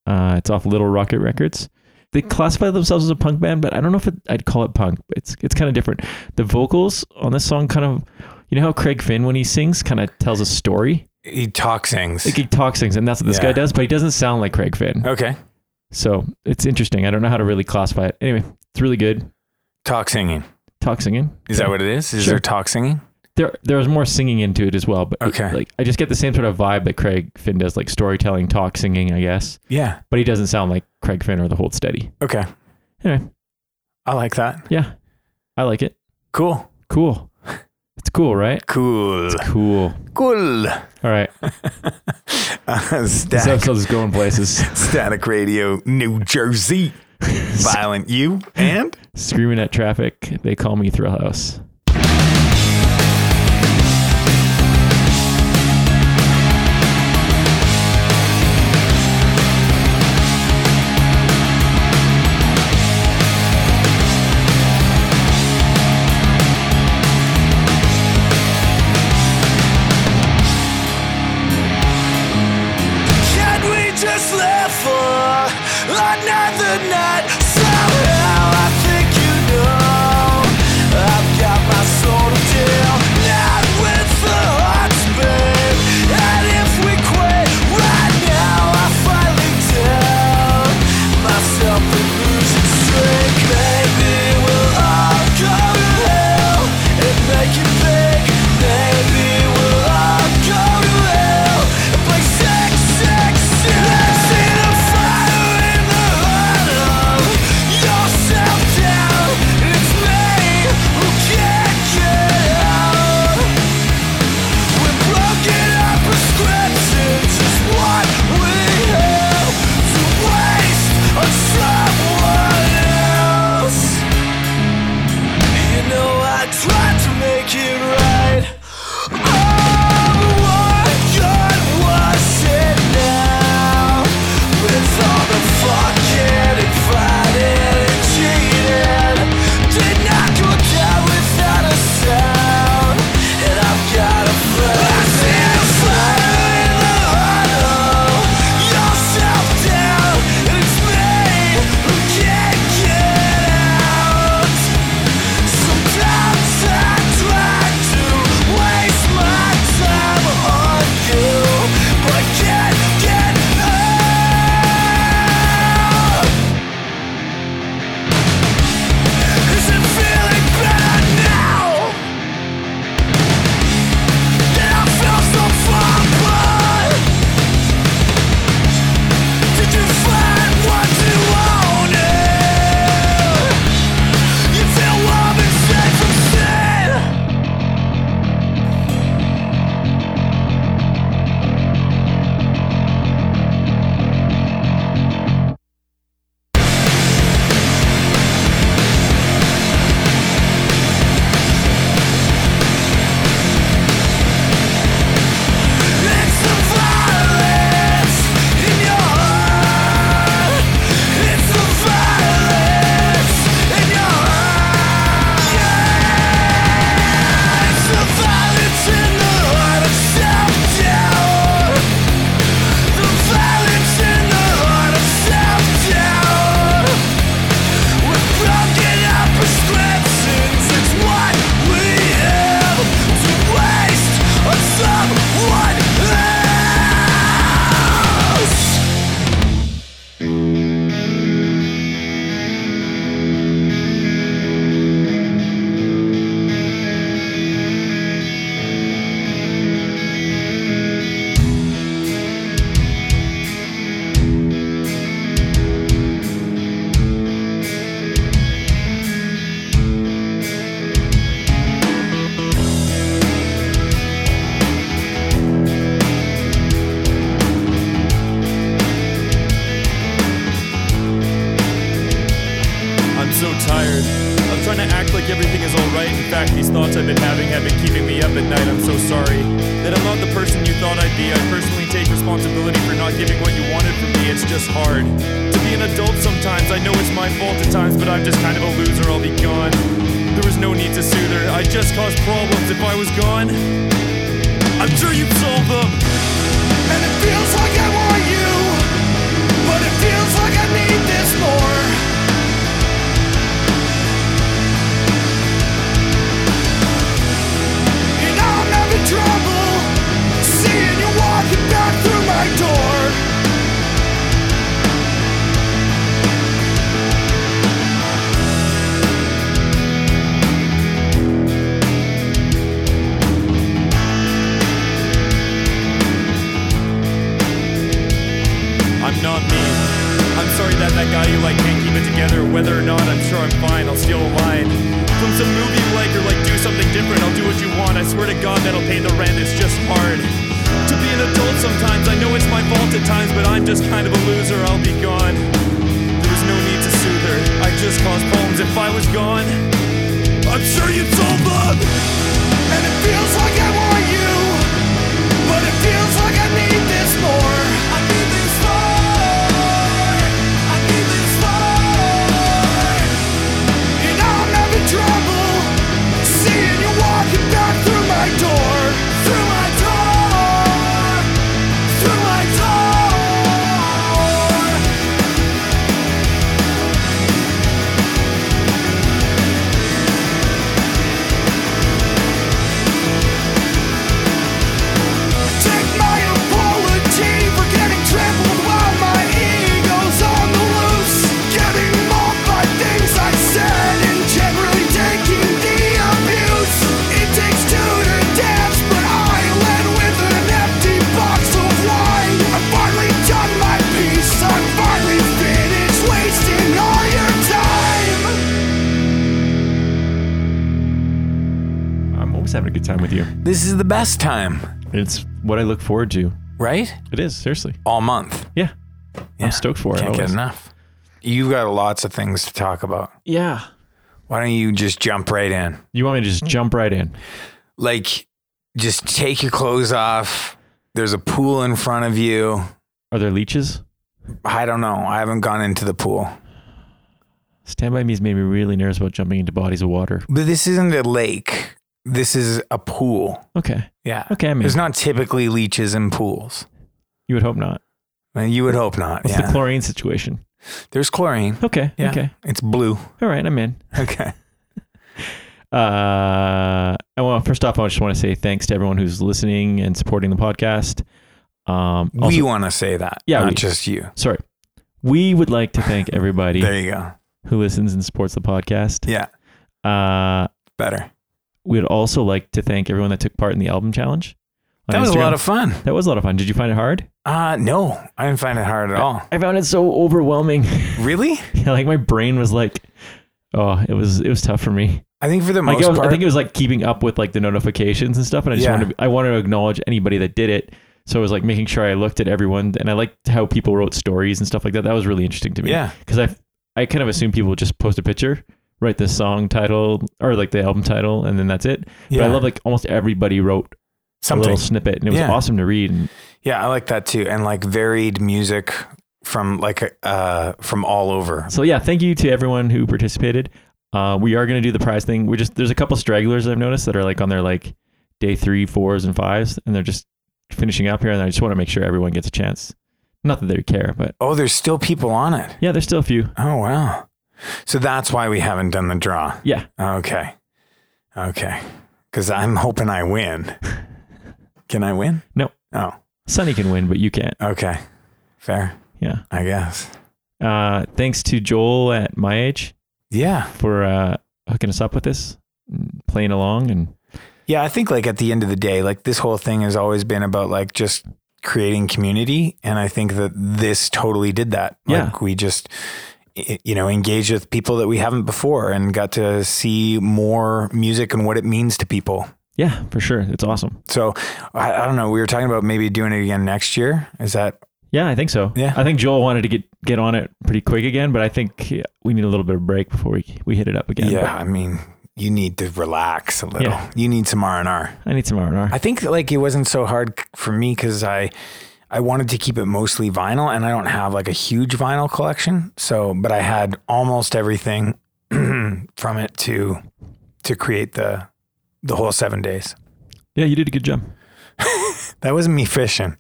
[SPEAKER 2] Uh, it's off Little Rocket Records. They classify themselves as a punk band, but I don't know if it, I'd call it punk. It's it's kind of different. The vocals on this song kind of, you know how Craig Finn when he sings kind of tells a story.
[SPEAKER 9] He talk sings.
[SPEAKER 2] Like he talks things, and that's what this
[SPEAKER 9] Yeah.
[SPEAKER 2] guy does, but he doesn't sound like Craig Finn.
[SPEAKER 9] okay.
[SPEAKER 2] So it's interesting. I don't know how to really classify it. Anyway, it's really good.
[SPEAKER 9] Talk singing.
[SPEAKER 2] Talk singing.
[SPEAKER 9] Is that what it is? Is
[SPEAKER 2] Sure.
[SPEAKER 9] there talk singing?
[SPEAKER 2] there there was more singing into it as well, but it-
[SPEAKER 9] Okay.
[SPEAKER 2] like I just get the same sort of vibe that Craig Finn does, like storytelling, talk, singing, I guess.
[SPEAKER 9] Yeah.
[SPEAKER 2] But he doesn't sound like Craig Finn or the Hold Steady.
[SPEAKER 9] Okay.
[SPEAKER 2] Anyway,
[SPEAKER 9] I like that.
[SPEAKER 2] yeah, I like it.
[SPEAKER 9] Cool.
[SPEAKER 2] Cool. It's cool, right?
[SPEAKER 9] Cool.
[SPEAKER 2] Cool.
[SPEAKER 9] Cool.
[SPEAKER 2] All right,
[SPEAKER 9] Uh,
[SPEAKER 2] this
[SPEAKER 9] static,
[SPEAKER 2] episode's going places.
[SPEAKER 9] static Radio, New Jersey. Violent You and
[SPEAKER 2] Screaming at traffic, they call me Thrill House.
[SPEAKER 7] Can we just live for another night? Somehow I think you know I've got my soul to deal. Not with the hearts, babe. And if we quit right now, I finally tell myself the losing streak. Maybe we'll all go to hell and make it big. Maybe we'll all go to hell and play sex, sex, sex. I see the fire in the heart of
[SPEAKER 11] rejection you thought I'd be. I personally take responsibility for not giving what you wanted from me. It's just hard to be an adult sometimes. I know it's my fault at times, but I'm just kind of a loser. I'll be gone. There was no need to soothe her. I just caused problems. If I was gone, I'm sure you'd solve them.
[SPEAKER 7] And it feels like I want you, but it feels like I need this more. And I'm having trouble seeing you walking back through my door.
[SPEAKER 11] I'm not me. I'm sorry that that guy you like can't keep it together. Whether or not, I'm sure I'm fine. I'll steal a line from some movie you like or like do something different. I'll do what you want. I swear to God that'll pay the rent. It's just hard to be an adult sometimes. I know it's my fault at times, but I'm just kind of a loser. I'll be gone. There was no need to soothe her. I just caused problems. If I was gone, I'm sure you'd solve them.
[SPEAKER 7] And it feels like I want you, but it feels like I need this more. I need this more. I need this more. And I'm having trouble seeing you walking back through my door, through my door, through my door. Take my apology for getting trampled while my ego's on the loose. Getting mobbed by things I said and generally taking the abuse. It takes two to dance, but I led with an empty box of wine. I'm finally done my piece. I'm finally finished wasting all your time.
[SPEAKER 2] I'm always having a good time with you.
[SPEAKER 9] This is the best time,
[SPEAKER 2] It's what I look forward to.
[SPEAKER 9] right?
[SPEAKER 2] It is seriously.
[SPEAKER 9] All month.
[SPEAKER 2] Yeah,
[SPEAKER 9] Yeah.
[SPEAKER 2] I'm stoked for it.
[SPEAKER 9] Can't get
[SPEAKER 2] always.
[SPEAKER 9] enough. You've got lots of things to talk about.
[SPEAKER 2] Yeah.
[SPEAKER 9] Why don't you just jump right in?
[SPEAKER 2] You want me to just jump right in?
[SPEAKER 9] Like, just take your clothes off. There's a pool in front of you.
[SPEAKER 2] Are there leeches?
[SPEAKER 9] I don't know. I haven't gone into the pool.
[SPEAKER 2] Stand by me's made me really nervous about jumping into bodies of water.
[SPEAKER 9] But this isn't a lake. This is a pool.
[SPEAKER 2] Okay.
[SPEAKER 9] Yeah.
[SPEAKER 2] Okay, I mean-
[SPEAKER 9] There's not typically leeches in pools.
[SPEAKER 2] You would hope not.
[SPEAKER 9] And you would hope not.
[SPEAKER 2] What's
[SPEAKER 9] yeah.
[SPEAKER 2] the chlorine situation?
[SPEAKER 9] There's chlorine.
[SPEAKER 2] Okay.
[SPEAKER 9] Yeah.
[SPEAKER 2] Okay.
[SPEAKER 9] It's blue.
[SPEAKER 2] All right, I'm in.
[SPEAKER 9] Okay.
[SPEAKER 2] Uh, I want first off, I just want to say thanks to everyone who's listening and supporting the podcast. Um, also-
[SPEAKER 9] we want to say that.
[SPEAKER 2] Yeah,
[SPEAKER 9] Not
[SPEAKER 2] we-
[SPEAKER 9] just you.
[SPEAKER 2] sorry, we would like to thank everybody
[SPEAKER 9] There you go.
[SPEAKER 2] who listens and supports the podcast.
[SPEAKER 9] Yeah.
[SPEAKER 2] Uh,
[SPEAKER 9] Better.
[SPEAKER 2] we'd also like to thank everyone that took part in the album challenge. on
[SPEAKER 9] That was a
[SPEAKER 2] Instagram.
[SPEAKER 9] lot of fun.
[SPEAKER 2] That was a lot of fun. Did you find it hard?
[SPEAKER 9] Uh, no, I didn't find it hard at all.
[SPEAKER 2] I found it so overwhelming.
[SPEAKER 9] Really?
[SPEAKER 2] like my brain was like, oh, it was it was tough for me.
[SPEAKER 9] I think for the
[SPEAKER 2] Like
[SPEAKER 9] most
[SPEAKER 2] I, was- I
[SPEAKER 9] part,
[SPEAKER 2] think it was like keeping up with like the notifications and stuff, and I just
[SPEAKER 9] Yeah.
[SPEAKER 2] wanted to, I wanted to acknowledge anybody that did it. So I was like making sure I looked at everyone, and I liked how people wrote stories and stuff like that. That was really interesting to me.
[SPEAKER 9] Yeah.
[SPEAKER 2] because I I kind of assumed people would just post a picture, write the song title or like the album title, and then that's it. But
[SPEAKER 9] Yeah.
[SPEAKER 2] I love like almost everybody wrote a
[SPEAKER 9] something.
[SPEAKER 2] little snippet, and it was
[SPEAKER 9] Yeah.
[SPEAKER 2] awesome to read. And
[SPEAKER 9] Yeah, I like that too, and like varied music from like uh from all over.
[SPEAKER 2] So yeah, thank you to everyone who participated. Uh, we are going to do the prize thing. We're just there's a couple stragglers I've noticed that are like on their like day three, fours, and fives, and they're just finishing up here. And I just want to make sure everyone gets a chance. Not that they care, but
[SPEAKER 9] Oh, there's still people on it.
[SPEAKER 2] yeah, there's still a few.
[SPEAKER 9] Oh wow. So that's why we haven't done the draw.
[SPEAKER 2] Yeah,
[SPEAKER 9] Okay. Okay. Cuz I'm hoping I win. Can I win?
[SPEAKER 2] No.
[SPEAKER 9] Oh,
[SPEAKER 2] Sunny can win, but you can't.
[SPEAKER 9] okay. Fair,
[SPEAKER 2] Yeah.
[SPEAKER 9] I guess.
[SPEAKER 2] Uh, thanks to Joel at my age
[SPEAKER 9] Yeah.
[SPEAKER 2] for uh, hooking us up with this, and playing along, and
[SPEAKER 9] Yeah, I think like at the end of the day, like this whole thing has always been about like just creating community and I think that this totally did that.
[SPEAKER 2] Yeah.
[SPEAKER 9] Like we just i- you know, engaged with people that we haven't before and got to see more music and what it means to people.
[SPEAKER 2] yeah, for sure, it's awesome.
[SPEAKER 9] So I, I don't know. We were talking about maybe doing it again next year. Is that
[SPEAKER 2] Yeah, I think so.
[SPEAKER 9] Yeah.
[SPEAKER 2] I think Joel wanted to get get on it pretty quick again, but I think yeah, we need a little bit of break before we we hit it up again.
[SPEAKER 9] yeah?
[SPEAKER 2] But-
[SPEAKER 9] I mean, you need to relax a little.
[SPEAKER 2] Yeah.
[SPEAKER 9] You need some R and R.
[SPEAKER 2] I need some R and R.
[SPEAKER 9] I think like it wasn't so hard c- for me because I I wanted to keep it mostly vinyl, and I don't have like a huge vinyl collection. So, but I had almost everything from it to to create the the whole seven days.
[SPEAKER 2] Yeah, you did a good job.
[SPEAKER 9] That wasn't me fishing.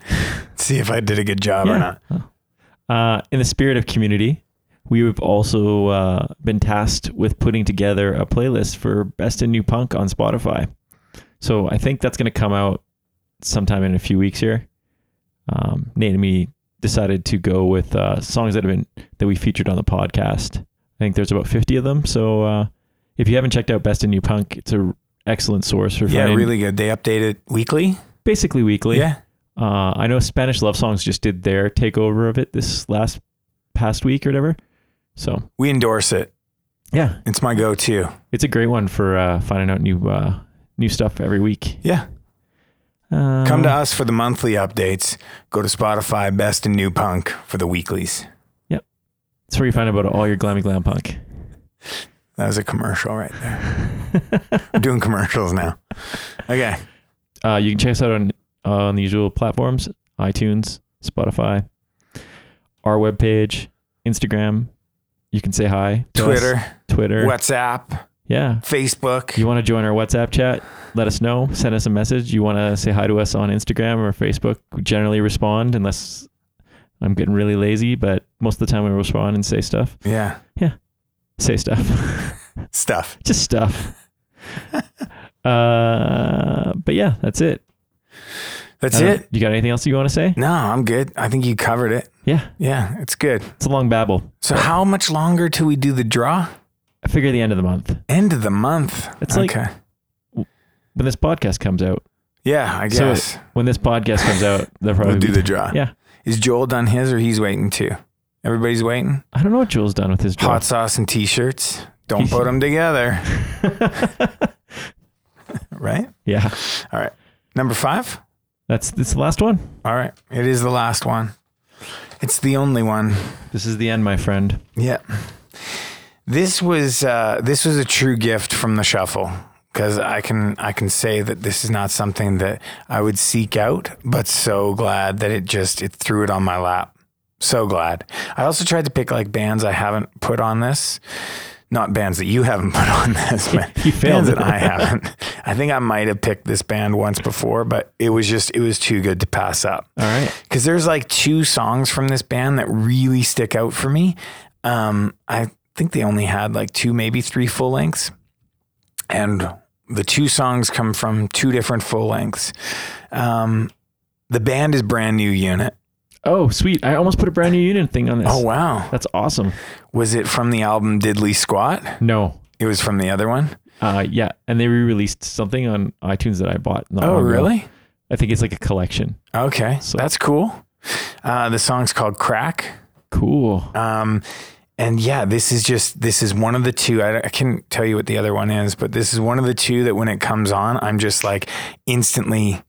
[SPEAKER 9] See if I did a good job or
[SPEAKER 2] Yeah.
[SPEAKER 9] not.
[SPEAKER 2] Uh, in the spirit of community, we have also uh, been tasked with putting together a playlist for Best in New Punk on Spotify. So I think that's going to come out sometime in a few weeks here. Um, Nate and me decided to go with uh, songs that have been that we featured on the podcast. I think there's about 50 of them. So uh, if you haven't checked out Best in New Punk, it's a excellent source for
[SPEAKER 9] Yeah,
[SPEAKER 2] finding
[SPEAKER 9] really good. They update it weekly.
[SPEAKER 2] basically weekly.
[SPEAKER 9] Yeah.
[SPEAKER 2] Uh, I know Spanish Love Songs just did their takeover of it this last past week or whatever. So
[SPEAKER 9] We endorse it.
[SPEAKER 2] yeah,
[SPEAKER 9] It's my go-to.
[SPEAKER 2] it's a great one for uh, finding out new uh, new stuff every week.
[SPEAKER 9] Yeah.
[SPEAKER 2] Uh,
[SPEAKER 9] Come to us for the monthly updates. Go to Spotify Best in New Punk for the weeklies.
[SPEAKER 2] It's where you find out about all your glammy glam punk.
[SPEAKER 9] That was a commercial right there. I'm doing commercials now. Okay.
[SPEAKER 2] Uh, you can check us out on uh, on the usual platforms: iTunes, Spotify, our webpage, Instagram. You can say hi. to us.
[SPEAKER 9] Twitter,
[SPEAKER 2] Twitter.
[SPEAKER 9] WhatsApp,
[SPEAKER 2] Yeah.
[SPEAKER 9] Facebook.
[SPEAKER 2] You want to join our WhatsApp chat? Let us know. Send us a message. You want to say hi to us on Instagram or Facebook? We generally respond unless I'm getting really lazy, but most of the time we respond and say stuff.
[SPEAKER 9] yeah.
[SPEAKER 2] Say stuff.
[SPEAKER 9] Stuff.
[SPEAKER 2] Just stuff. uh, but yeah, that's it.
[SPEAKER 9] That's
[SPEAKER 2] I don't-
[SPEAKER 9] it.
[SPEAKER 2] You got anything else you want to say?
[SPEAKER 9] No, I'm good. I think you covered it.
[SPEAKER 2] Yeah,
[SPEAKER 9] Yeah, it's good.
[SPEAKER 2] it's a long babble.
[SPEAKER 9] So how much longer till we do the draw?
[SPEAKER 2] I figure the end of the month
[SPEAKER 9] End of the month.
[SPEAKER 2] It's like- when this podcast comes out.
[SPEAKER 9] Yeah, I
[SPEAKER 2] So
[SPEAKER 9] guess.
[SPEAKER 2] when this podcast comes out, they'll probably
[SPEAKER 9] we'll do
[SPEAKER 2] be-
[SPEAKER 9] the draw.
[SPEAKER 2] Yeah,
[SPEAKER 9] Is Joel done his or he's waiting too? Everybody's waiting.
[SPEAKER 2] I don't know what Jules done with his draw.
[SPEAKER 9] Hot sauce and t-shirts. Don't put them together. right?
[SPEAKER 2] Yeah,
[SPEAKER 9] All right. Number 5?
[SPEAKER 2] that's that's the last one.
[SPEAKER 9] All right. It is the last one. It's the only one.
[SPEAKER 2] This is the end, my friend.
[SPEAKER 9] Yeah. This was uh, this was a true gift from the shuffle because I can I can say that this is not something that I would seek out, but so glad that it just it threw it on my lap. So glad. I also tried to pick like bands I haven't put on this. Not bands that you haven't put on this, but
[SPEAKER 2] You failed.
[SPEAKER 9] bands that I haven't. I think I might have picked this band once before, but it was just it was too good to pass up
[SPEAKER 2] All right.
[SPEAKER 9] because there's like two songs from this band that really stick out for me. Um, I think they only had like two, maybe three full lengths, and the two songs come from two different full lengths. Um, the band is brand new unit.
[SPEAKER 2] Oh, sweet. I almost put a brand new unit thing on this.
[SPEAKER 9] Oh wow!
[SPEAKER 2] That's awesome.
[SPEAKER 9] Was it from the album Diddley Squat?
[SPEAKER 2] No.
[SPEAKER 9] It was from the other one.
[SPEAKER 2] Uh, yeah. And they re released something on iTunes that I bought. not
[SPEAKER 9] Oh
[SPEAKER 2] long ago.
[SPEAKER 9] really?
[SPEAKER 2] I think it's like a collection.
[SPEAKER 9] Okay,
[SPEAKER 2] So-
[SPEAKER 9] that's cool. Uh, the song's called Crack.
[SPEAKER 2] Cool.
[SPEAKER 9] Um, and yeah, this is just this is one of the two. I, I can tell you what the other one is, but this is one of the two that when it comes on, I'm just like instantly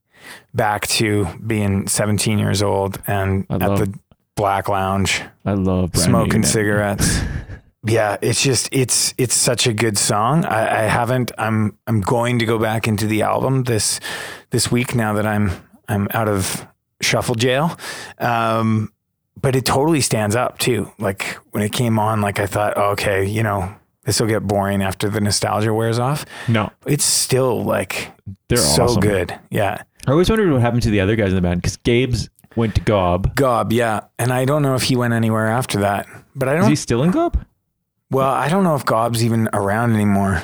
[SPEAKER 9] back to being 17 years old and
[SPEAKER 2] I
[SPEAKER 9] at
[SPEAKER 2] love-
[SPEAKER 9] the black lounge
[SPEAKER 2] I love brand new
[SPEAKER 9] smoking
[SPEAKER 2] unit.
[SPEAKER 9] cigarettes. yeah, it's just it's it's such a good song. I, I haven't. I'm I'm going to go back into the album this this week now that I'm I'm out of shuffle jail. Um, but it totally stands up too. Like when it came on, like I thought, oh, okay, you know, this will get boring after the nostalgia wears off.
[SPEAKER 2] No,
[SPEAKER 9] It's still like
[SPEAKER 2] they're
[SPEAKER 9] so
[SPEAKER 2] awesome.
[SPEAKER 9] good. Yeah.
[SPEAKER 2] I always wondered what happened to the other guys in the band because Gabe's went to Gob.
[SPEAKER 9] Gob, yeah. And I don't know if he went anywhere after that. But I
[SPEAKER 2] Is
[SPEAKER 9] don't
[SPEAKER 2] he still in Gob?
[SPEAKER 9] well, I don't know if Gob's even around anymore.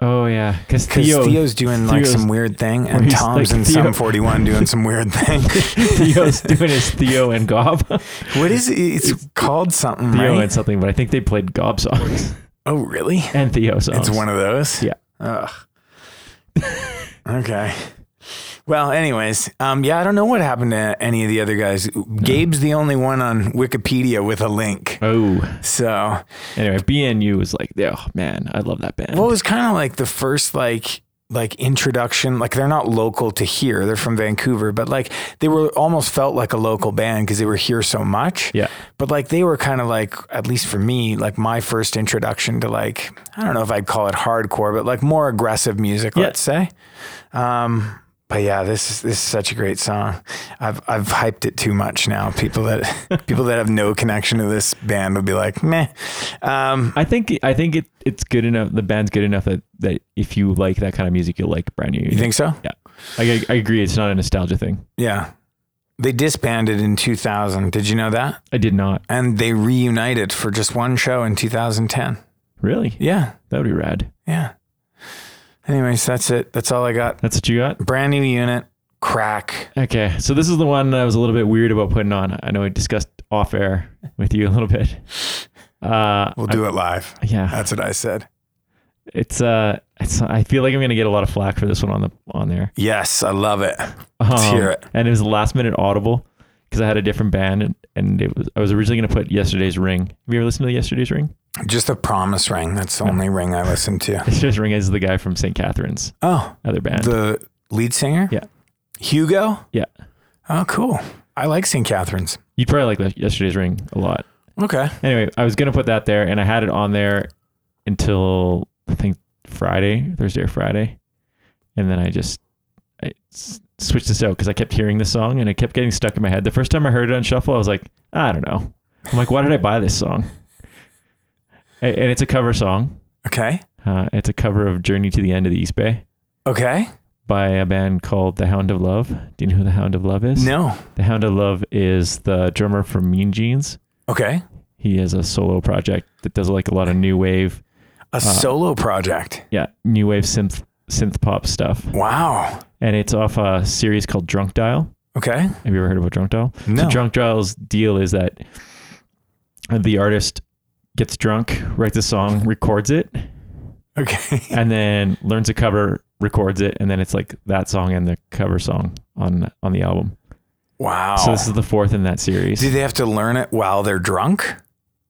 [SPEAKER 2] Oh, yeah. Because
[SPEAKER 9] Because
[SPEAKER 2] Theo,
[SPEAKER 9] Theo's doing like
[SPEAKER 2] Theo's-
[SPEAKER 9] some weird thing,
[SPEAKER 2] where
[SPEAKER 9] and
[SPEAKER 2] he's
[SPEAKER 9] Tom's
[SPEAKER 2] like,
[SPEAKER 9] in
[SPEAKER 2] Theo-
[SPEAKER 9] Sum 41 doing some weird thing.
[SPEAKER 2] Theo's doing his Theo and Gob. Theo
[SPEAKER 9] what is it? It's, called something, right?
[SPEAKER 2] and something, but I think they played Gob songs
[SPEAKER 9] oh, really?
[SPEAKER 2] and Theo songs.
[SPEAKER 9] It's one of those?
[SPEAKER 2] Yeah.
[SPEAKER 9] Ugh. okay. Well, anyways, um, yeah, I don't know what happened to any of the other guys. Gabe's the only one on Wikipedia with a link.
[SPEAKER 2] Oh,
[SPEAKER 9] So
[SPEAKER 2] anyway, BNU was like, oh man, I love that band.
[SPEAKER 9] Well, it was kind of like the first like like introduction. Like they're not local to here; they're from Vancouver, but like they were almost felt like a local band because they were here so much.
[SPEAKER 2] Yeah.
[SPEAKER 9] But like they were kind of like, at least for me, like my first introduction to like I don't know if I'd call it hardcore, but like more aggressive music,
[SPEAKER 2] Yeah.
[SPEAKER 9] let's say. Um, but yeah, this is this is such a great song. I've I've hyped it too much now. People that people that have no connection to this band would be like, meh. Um,
[SPEAKER 2] I think I think it, it's good enough. The band's good enough that, that if you like that kind of music, you'll like Brand New Unit.
[SPEAKER 9] you think so?
[SPEAKER 2] Yeah, I, I agree. It's not a nostalgia thing.
[SPEAKER 9] Yeah. They disbanded in 2000. Did you know that?
[SPEAKER 2] I did not
[SPEAKER 9] And they reunited for just one show in 2010.
[SPEAKER 2] really.
[SPEAKER 9] Yeah.
[SPEAKER 2] That would be rad.
[SPEAKER 9] Yeah. Anyways, that's it. That's all I got.
[SPEAKER 2] That's what you got.
[SPEAKER 9] Brand new unit, crack.
[SPEAKER 2] Okay, so this is the one that I was a little bit weird about putting on. I know I discussed off air with you a little bit. Uh,
[SPEAKER 9] We'll do it live.
[SPEAKER 2] yeah,
[SPEAKER 9] That's what I said.
[SPEAKER 2] it's uh, it's. I feel like I'm gonna get a lot of flack for this one on the on there.
[SPEAKER 9] Yes, I love it.
[SPEAKER 2] Let's
[SPEAKER 9] hear it.
[SPEAKER 2] Um, And it was a last minute audible because I had a different band and, and it was I was originally gonna put Yesterday's Ring. Have you ever listened to Yesterday's Ring?
[SPEAKER 9] Just a promise ring. That's the only ring I listen to.
[SPEAKER 2] Yesterday's Ring is the guy from St. Catherine's
[SPEAKER 9] Oh,
[SPEAKER 2] other band.
[SPEAKER 9] the lead singer?
[SPEAKER 2] Yeah.
[SPEAKER 9] Hugo?
[SPEAKER 2] yeah,
[SPEAKER 9] Oh, cool. I like St. Catharines.
[SPEAKER 2] you'd probably like Yesterday's Ring a lot.
[SPEAKER 9] Okay.
[SPEAKER 2] Anyway, I was gonna put that there, and I had it on there until I think Friday, Thursday or Friday, and then I just I s- switched this out because I kept hearing the song and it kept getting stuck in my head. The first time I heard it on shuffle, I was like, I don't know. I'm like, why did I buy this song? A- And it's a cover song.
[SPEAKER 9] Okay.
[SPEAKER 2] Uh, it's a cover of "Journey to the End of the East Bay"
[SPEAKER 9] Okay.
[SPEAKER 2] by a band called The Hound of Love. Do you know who The Hound of Love is?
[SPEAKER 9] No.
[SPEAKER 2] The Hound of Love is the drummer from Mean Jeans.
[SPEAKER 9] Okay.
[SPEAKER 2] He has a solo project that does like a lot of new wave Uh,
[SPEAKER 9] A solo project.
[SPEAKER 2] yeah, new wave synth synth pop stuff.
[SPEAKER 9] Wow.
[SPEAKER 2] And it's off a series called Drunk Dial.
[SPEAKER 9] Okay.
[SPEAKER 2] Have you ever heard about Drunk Dial?
[SPEAKER 9] No.
[SPEAKER 2] So Drunk Dial's deal is that the artist gets drunk, writes a song, records it,
[SPEAKER 9] Okay.
[SPEAKER 2] and then learns a cover, records it, and then it's like that song and the cover song on on the album.
[SPEAKER 9] Wow.
[SPEAKER 2] So this is the fourth in that series.
[SPEAKER 9] do they have to learn it while they're drunk?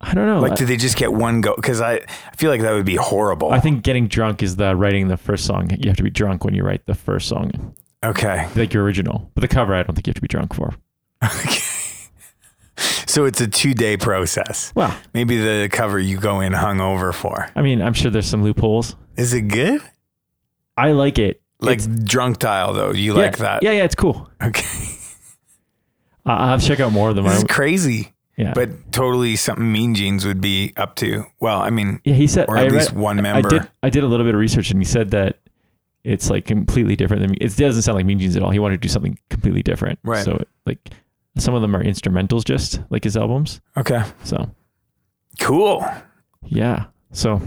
[SPEAKER 2] I don't know.
[SPEAKER 9] Like,
[SPEAKER 2] Oh, I-
[SPEAKER 9] do they just get one go? Because I, I feel like that would be horrible.
[SPEAKER 2] I think getting drunk is the writing the first song. You have to be drunk when you write the first song,
[SPEAKER 9] okay.
[SPEAKER 2] like your original. But the cover, I don't think you have to be drunk for.
[SPEAKER 9] So it's a two day process.
[SPEAKER 2] Well,
[SPEAKER 9] Maybe the cover you go in hungover for.
[SPEAKER 2] I mean, I'm sure there's some loopholes.
[SPEAKER 9] Is it good?
[SPEAKER 2] I like it.
[SPEAKER 9] Like
[SPEAKER 2] It's-
[SPEAKER 9] drunk dial though. You
[SPEAKER 2] yeah,
[SPEAKER 9] like that?
[SPEAKER 2] Yeah, yeah, it's cool.
[SPEAKER 9] Okay.
[SPEAKER 2] I- I'll have to check out more of them.
[SPEAKER 9] This is
[SPEAKER 2] I-
[SPEAKER 9] crazy.
[SPEAKER 2] yeah,
[SPEAKER 9] But totally something Mean Jeans would be up to. Well, I mean,
[SPEAKER 2] yeah, he said,
[SPEAKER 9] or
[SPEAKER 2] I
[SPEAKER 9] at least
[SPEAKER 2] read-
[SPEAKER 9] one
[SPEAKER 2] I-
[SPEAKER 9] member.
[SPEAKER 2] I did, I did a little bit of research, and he said that it's like completely different than it doesn't sound like Mean Jeans at all. He wanted to do something completely different.
[SPEAKER 9] Right.
[SPEAKER 2] So like, some of them are instrumentals, just like his albums.
[SPEAKER 9] Okay.
[SPEAKER 2] So
[SPEAKER 9] Cool.
[SPEAKER 2] yeah. So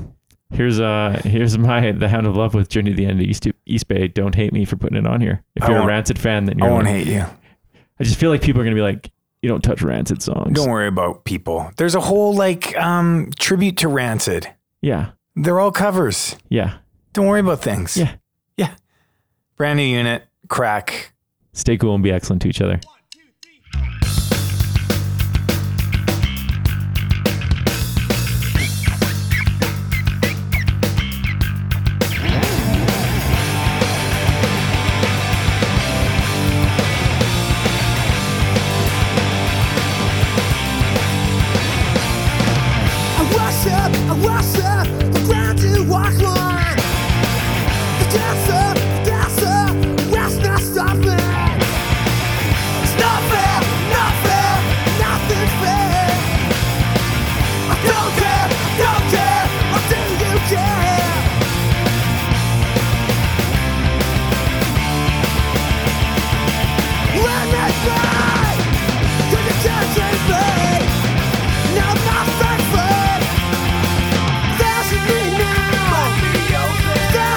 [SPEAKER 2] here's uh here's my The Hound of Love with Journey to the End of East East Bay. Don't hate me for putting it on here. If
[SPEAKER 9] I
[SPEAKER 2] you're a
[SPEAKER 9] won't-
[SPEAKER 2] Rancid fan, then you're
[SPEAKER 9] I won't
[SPEAKER 2] like-
[SPEAKER 9] hate you.
[SPEAKER 2] I just feel like people are gonna be like, you don't touch Rancid songs.
[SPEAKER 9] Don't worry about people. There's a whole like um tribute to Rancid.
[SPEAKER 2] Yeah.
[SPEAKER 9] They're all covers.
[SPEAKER 2] Yeah.
[SPEAKER 9] Don't worry about things.
[SPEAKER 2] Yeah.
[SPEAKER 9] Yeah. Brand new unit, crack.
[SPEAKER 2] Stay cool and be excellent to each other.
[SPEAKER 7] I worship, I worship the ground you walk on. The dancer, the dancer, that's not stopping. It's not fair, not fair, nothing fair. I don't care, don't care, or do you care? Let me fly, cause you can't save me. Now my favorite, there's me now.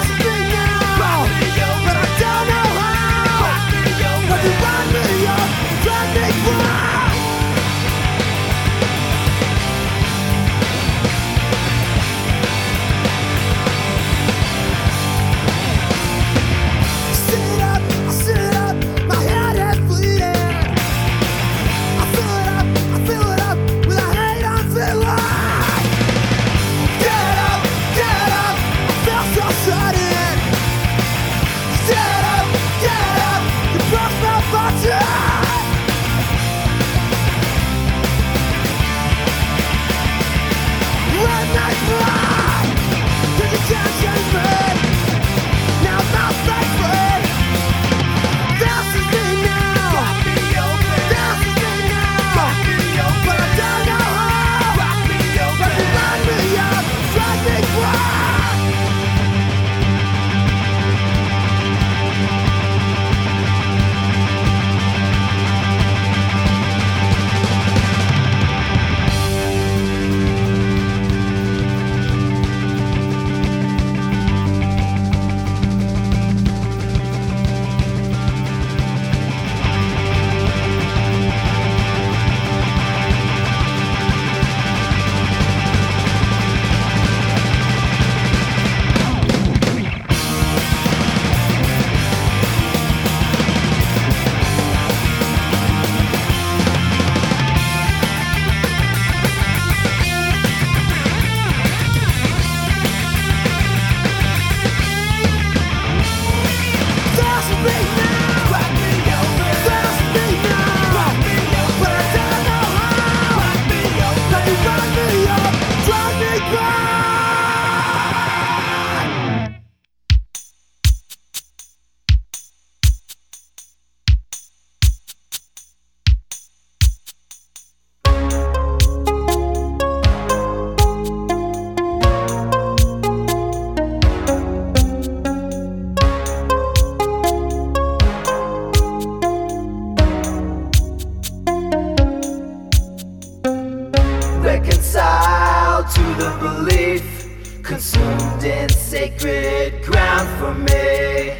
[SPEAKER 12] consumed in sacred ground for me.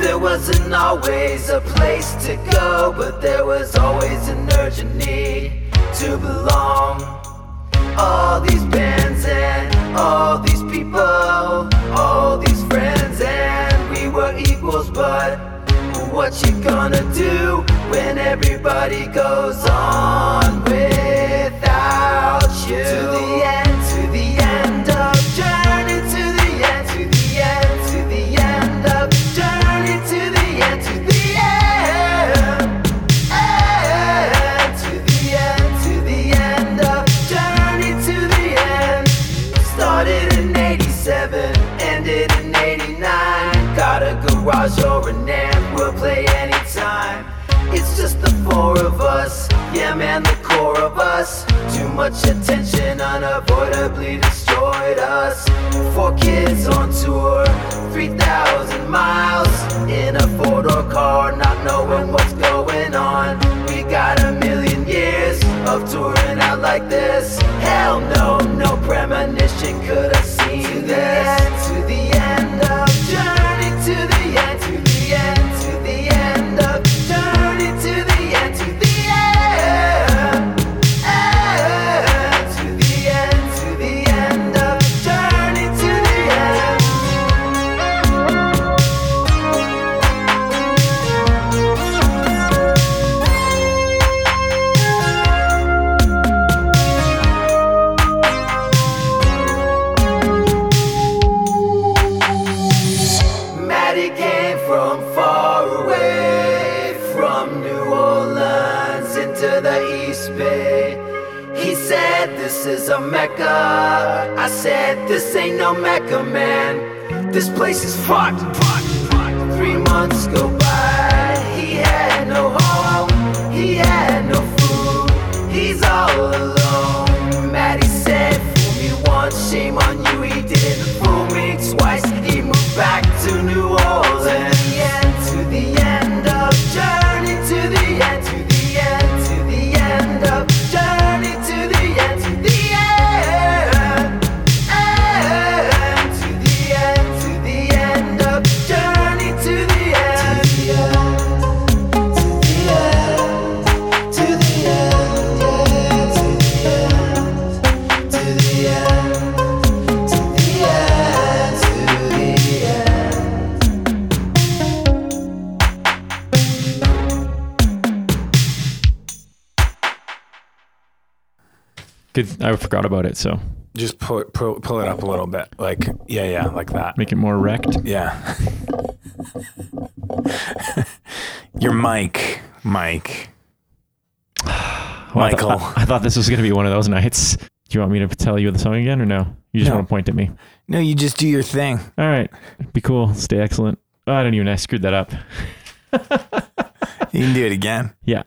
[SPEAKER 12] There wasn't always a place to go, but there was always an urgent need to belong. All these bands and all these people, all these friends, and we were equals, but what you gonna do when everybody goes on without you? To the end, to the end of journey, to the end, to the end, to the end of journey, to the end, to the end, end, to the end, to the end of journey, to the end. Started in 87, ended in 89. Got a garage or an amp, we'll play anytime. It's just the four of us, yeah, man, the core of us. Too much attention unavoidably destroyed us. Four kids on tour, 3,000 miles in a four door car, not knowing what's going on. We got a million years of touring out like this. Hell no, no premonition could have seen to this. The end, to the end of journey, to the end, to the end, to the end of journey, to the end, to the end, end, to the end, to the end of journey, to the end. Maddie came from far away, from New Orleans into the East Bay. He said, This is a Mecca. I said, This ain't no Mecca, man. This place is fucked. fucked, fucked. Three months go by, he had no home, he had no food, he's all alone. Maddie said, Fool me once, shame on you, he didn't fool me twice. He moved back to New Orleans. To the end, to the end of journey, to the end, to the end, to the end of journey, to the end, to the end, end, to the end, to the end of journey, to the end, to the end, to the end, to the end, yeah, to the end, to the end. To the end, to the end.
[SPEAKER 2] Good. I forgot about it. So
[SPEAKER 9] Just pull it, pull, pull it up a little bit. Like, yeah, yeah, like that.
[SPEAKER 2] make it more wrecked.
[SPEAKER 9] Yeah. Your mic, Mike.
[SPEAKER 2] Well, I thought- I,
[SPEAKER 9] Michael.
[SPEAKER 2] I thought this was going to be one of those nights. Do you want me to tell you the song again or no? You just
[SPEAKER 9] No.
[SPEAKER 2] want to point at me.
[SPEAKER 9] No, you just do your thing.
[SPEAKER 2] All right. Be cool. Stay excellent. Oh, I don't even. I screwed that up.
[SPEAKER 9] You can do it again.
[SPEAKER 2] Yeah.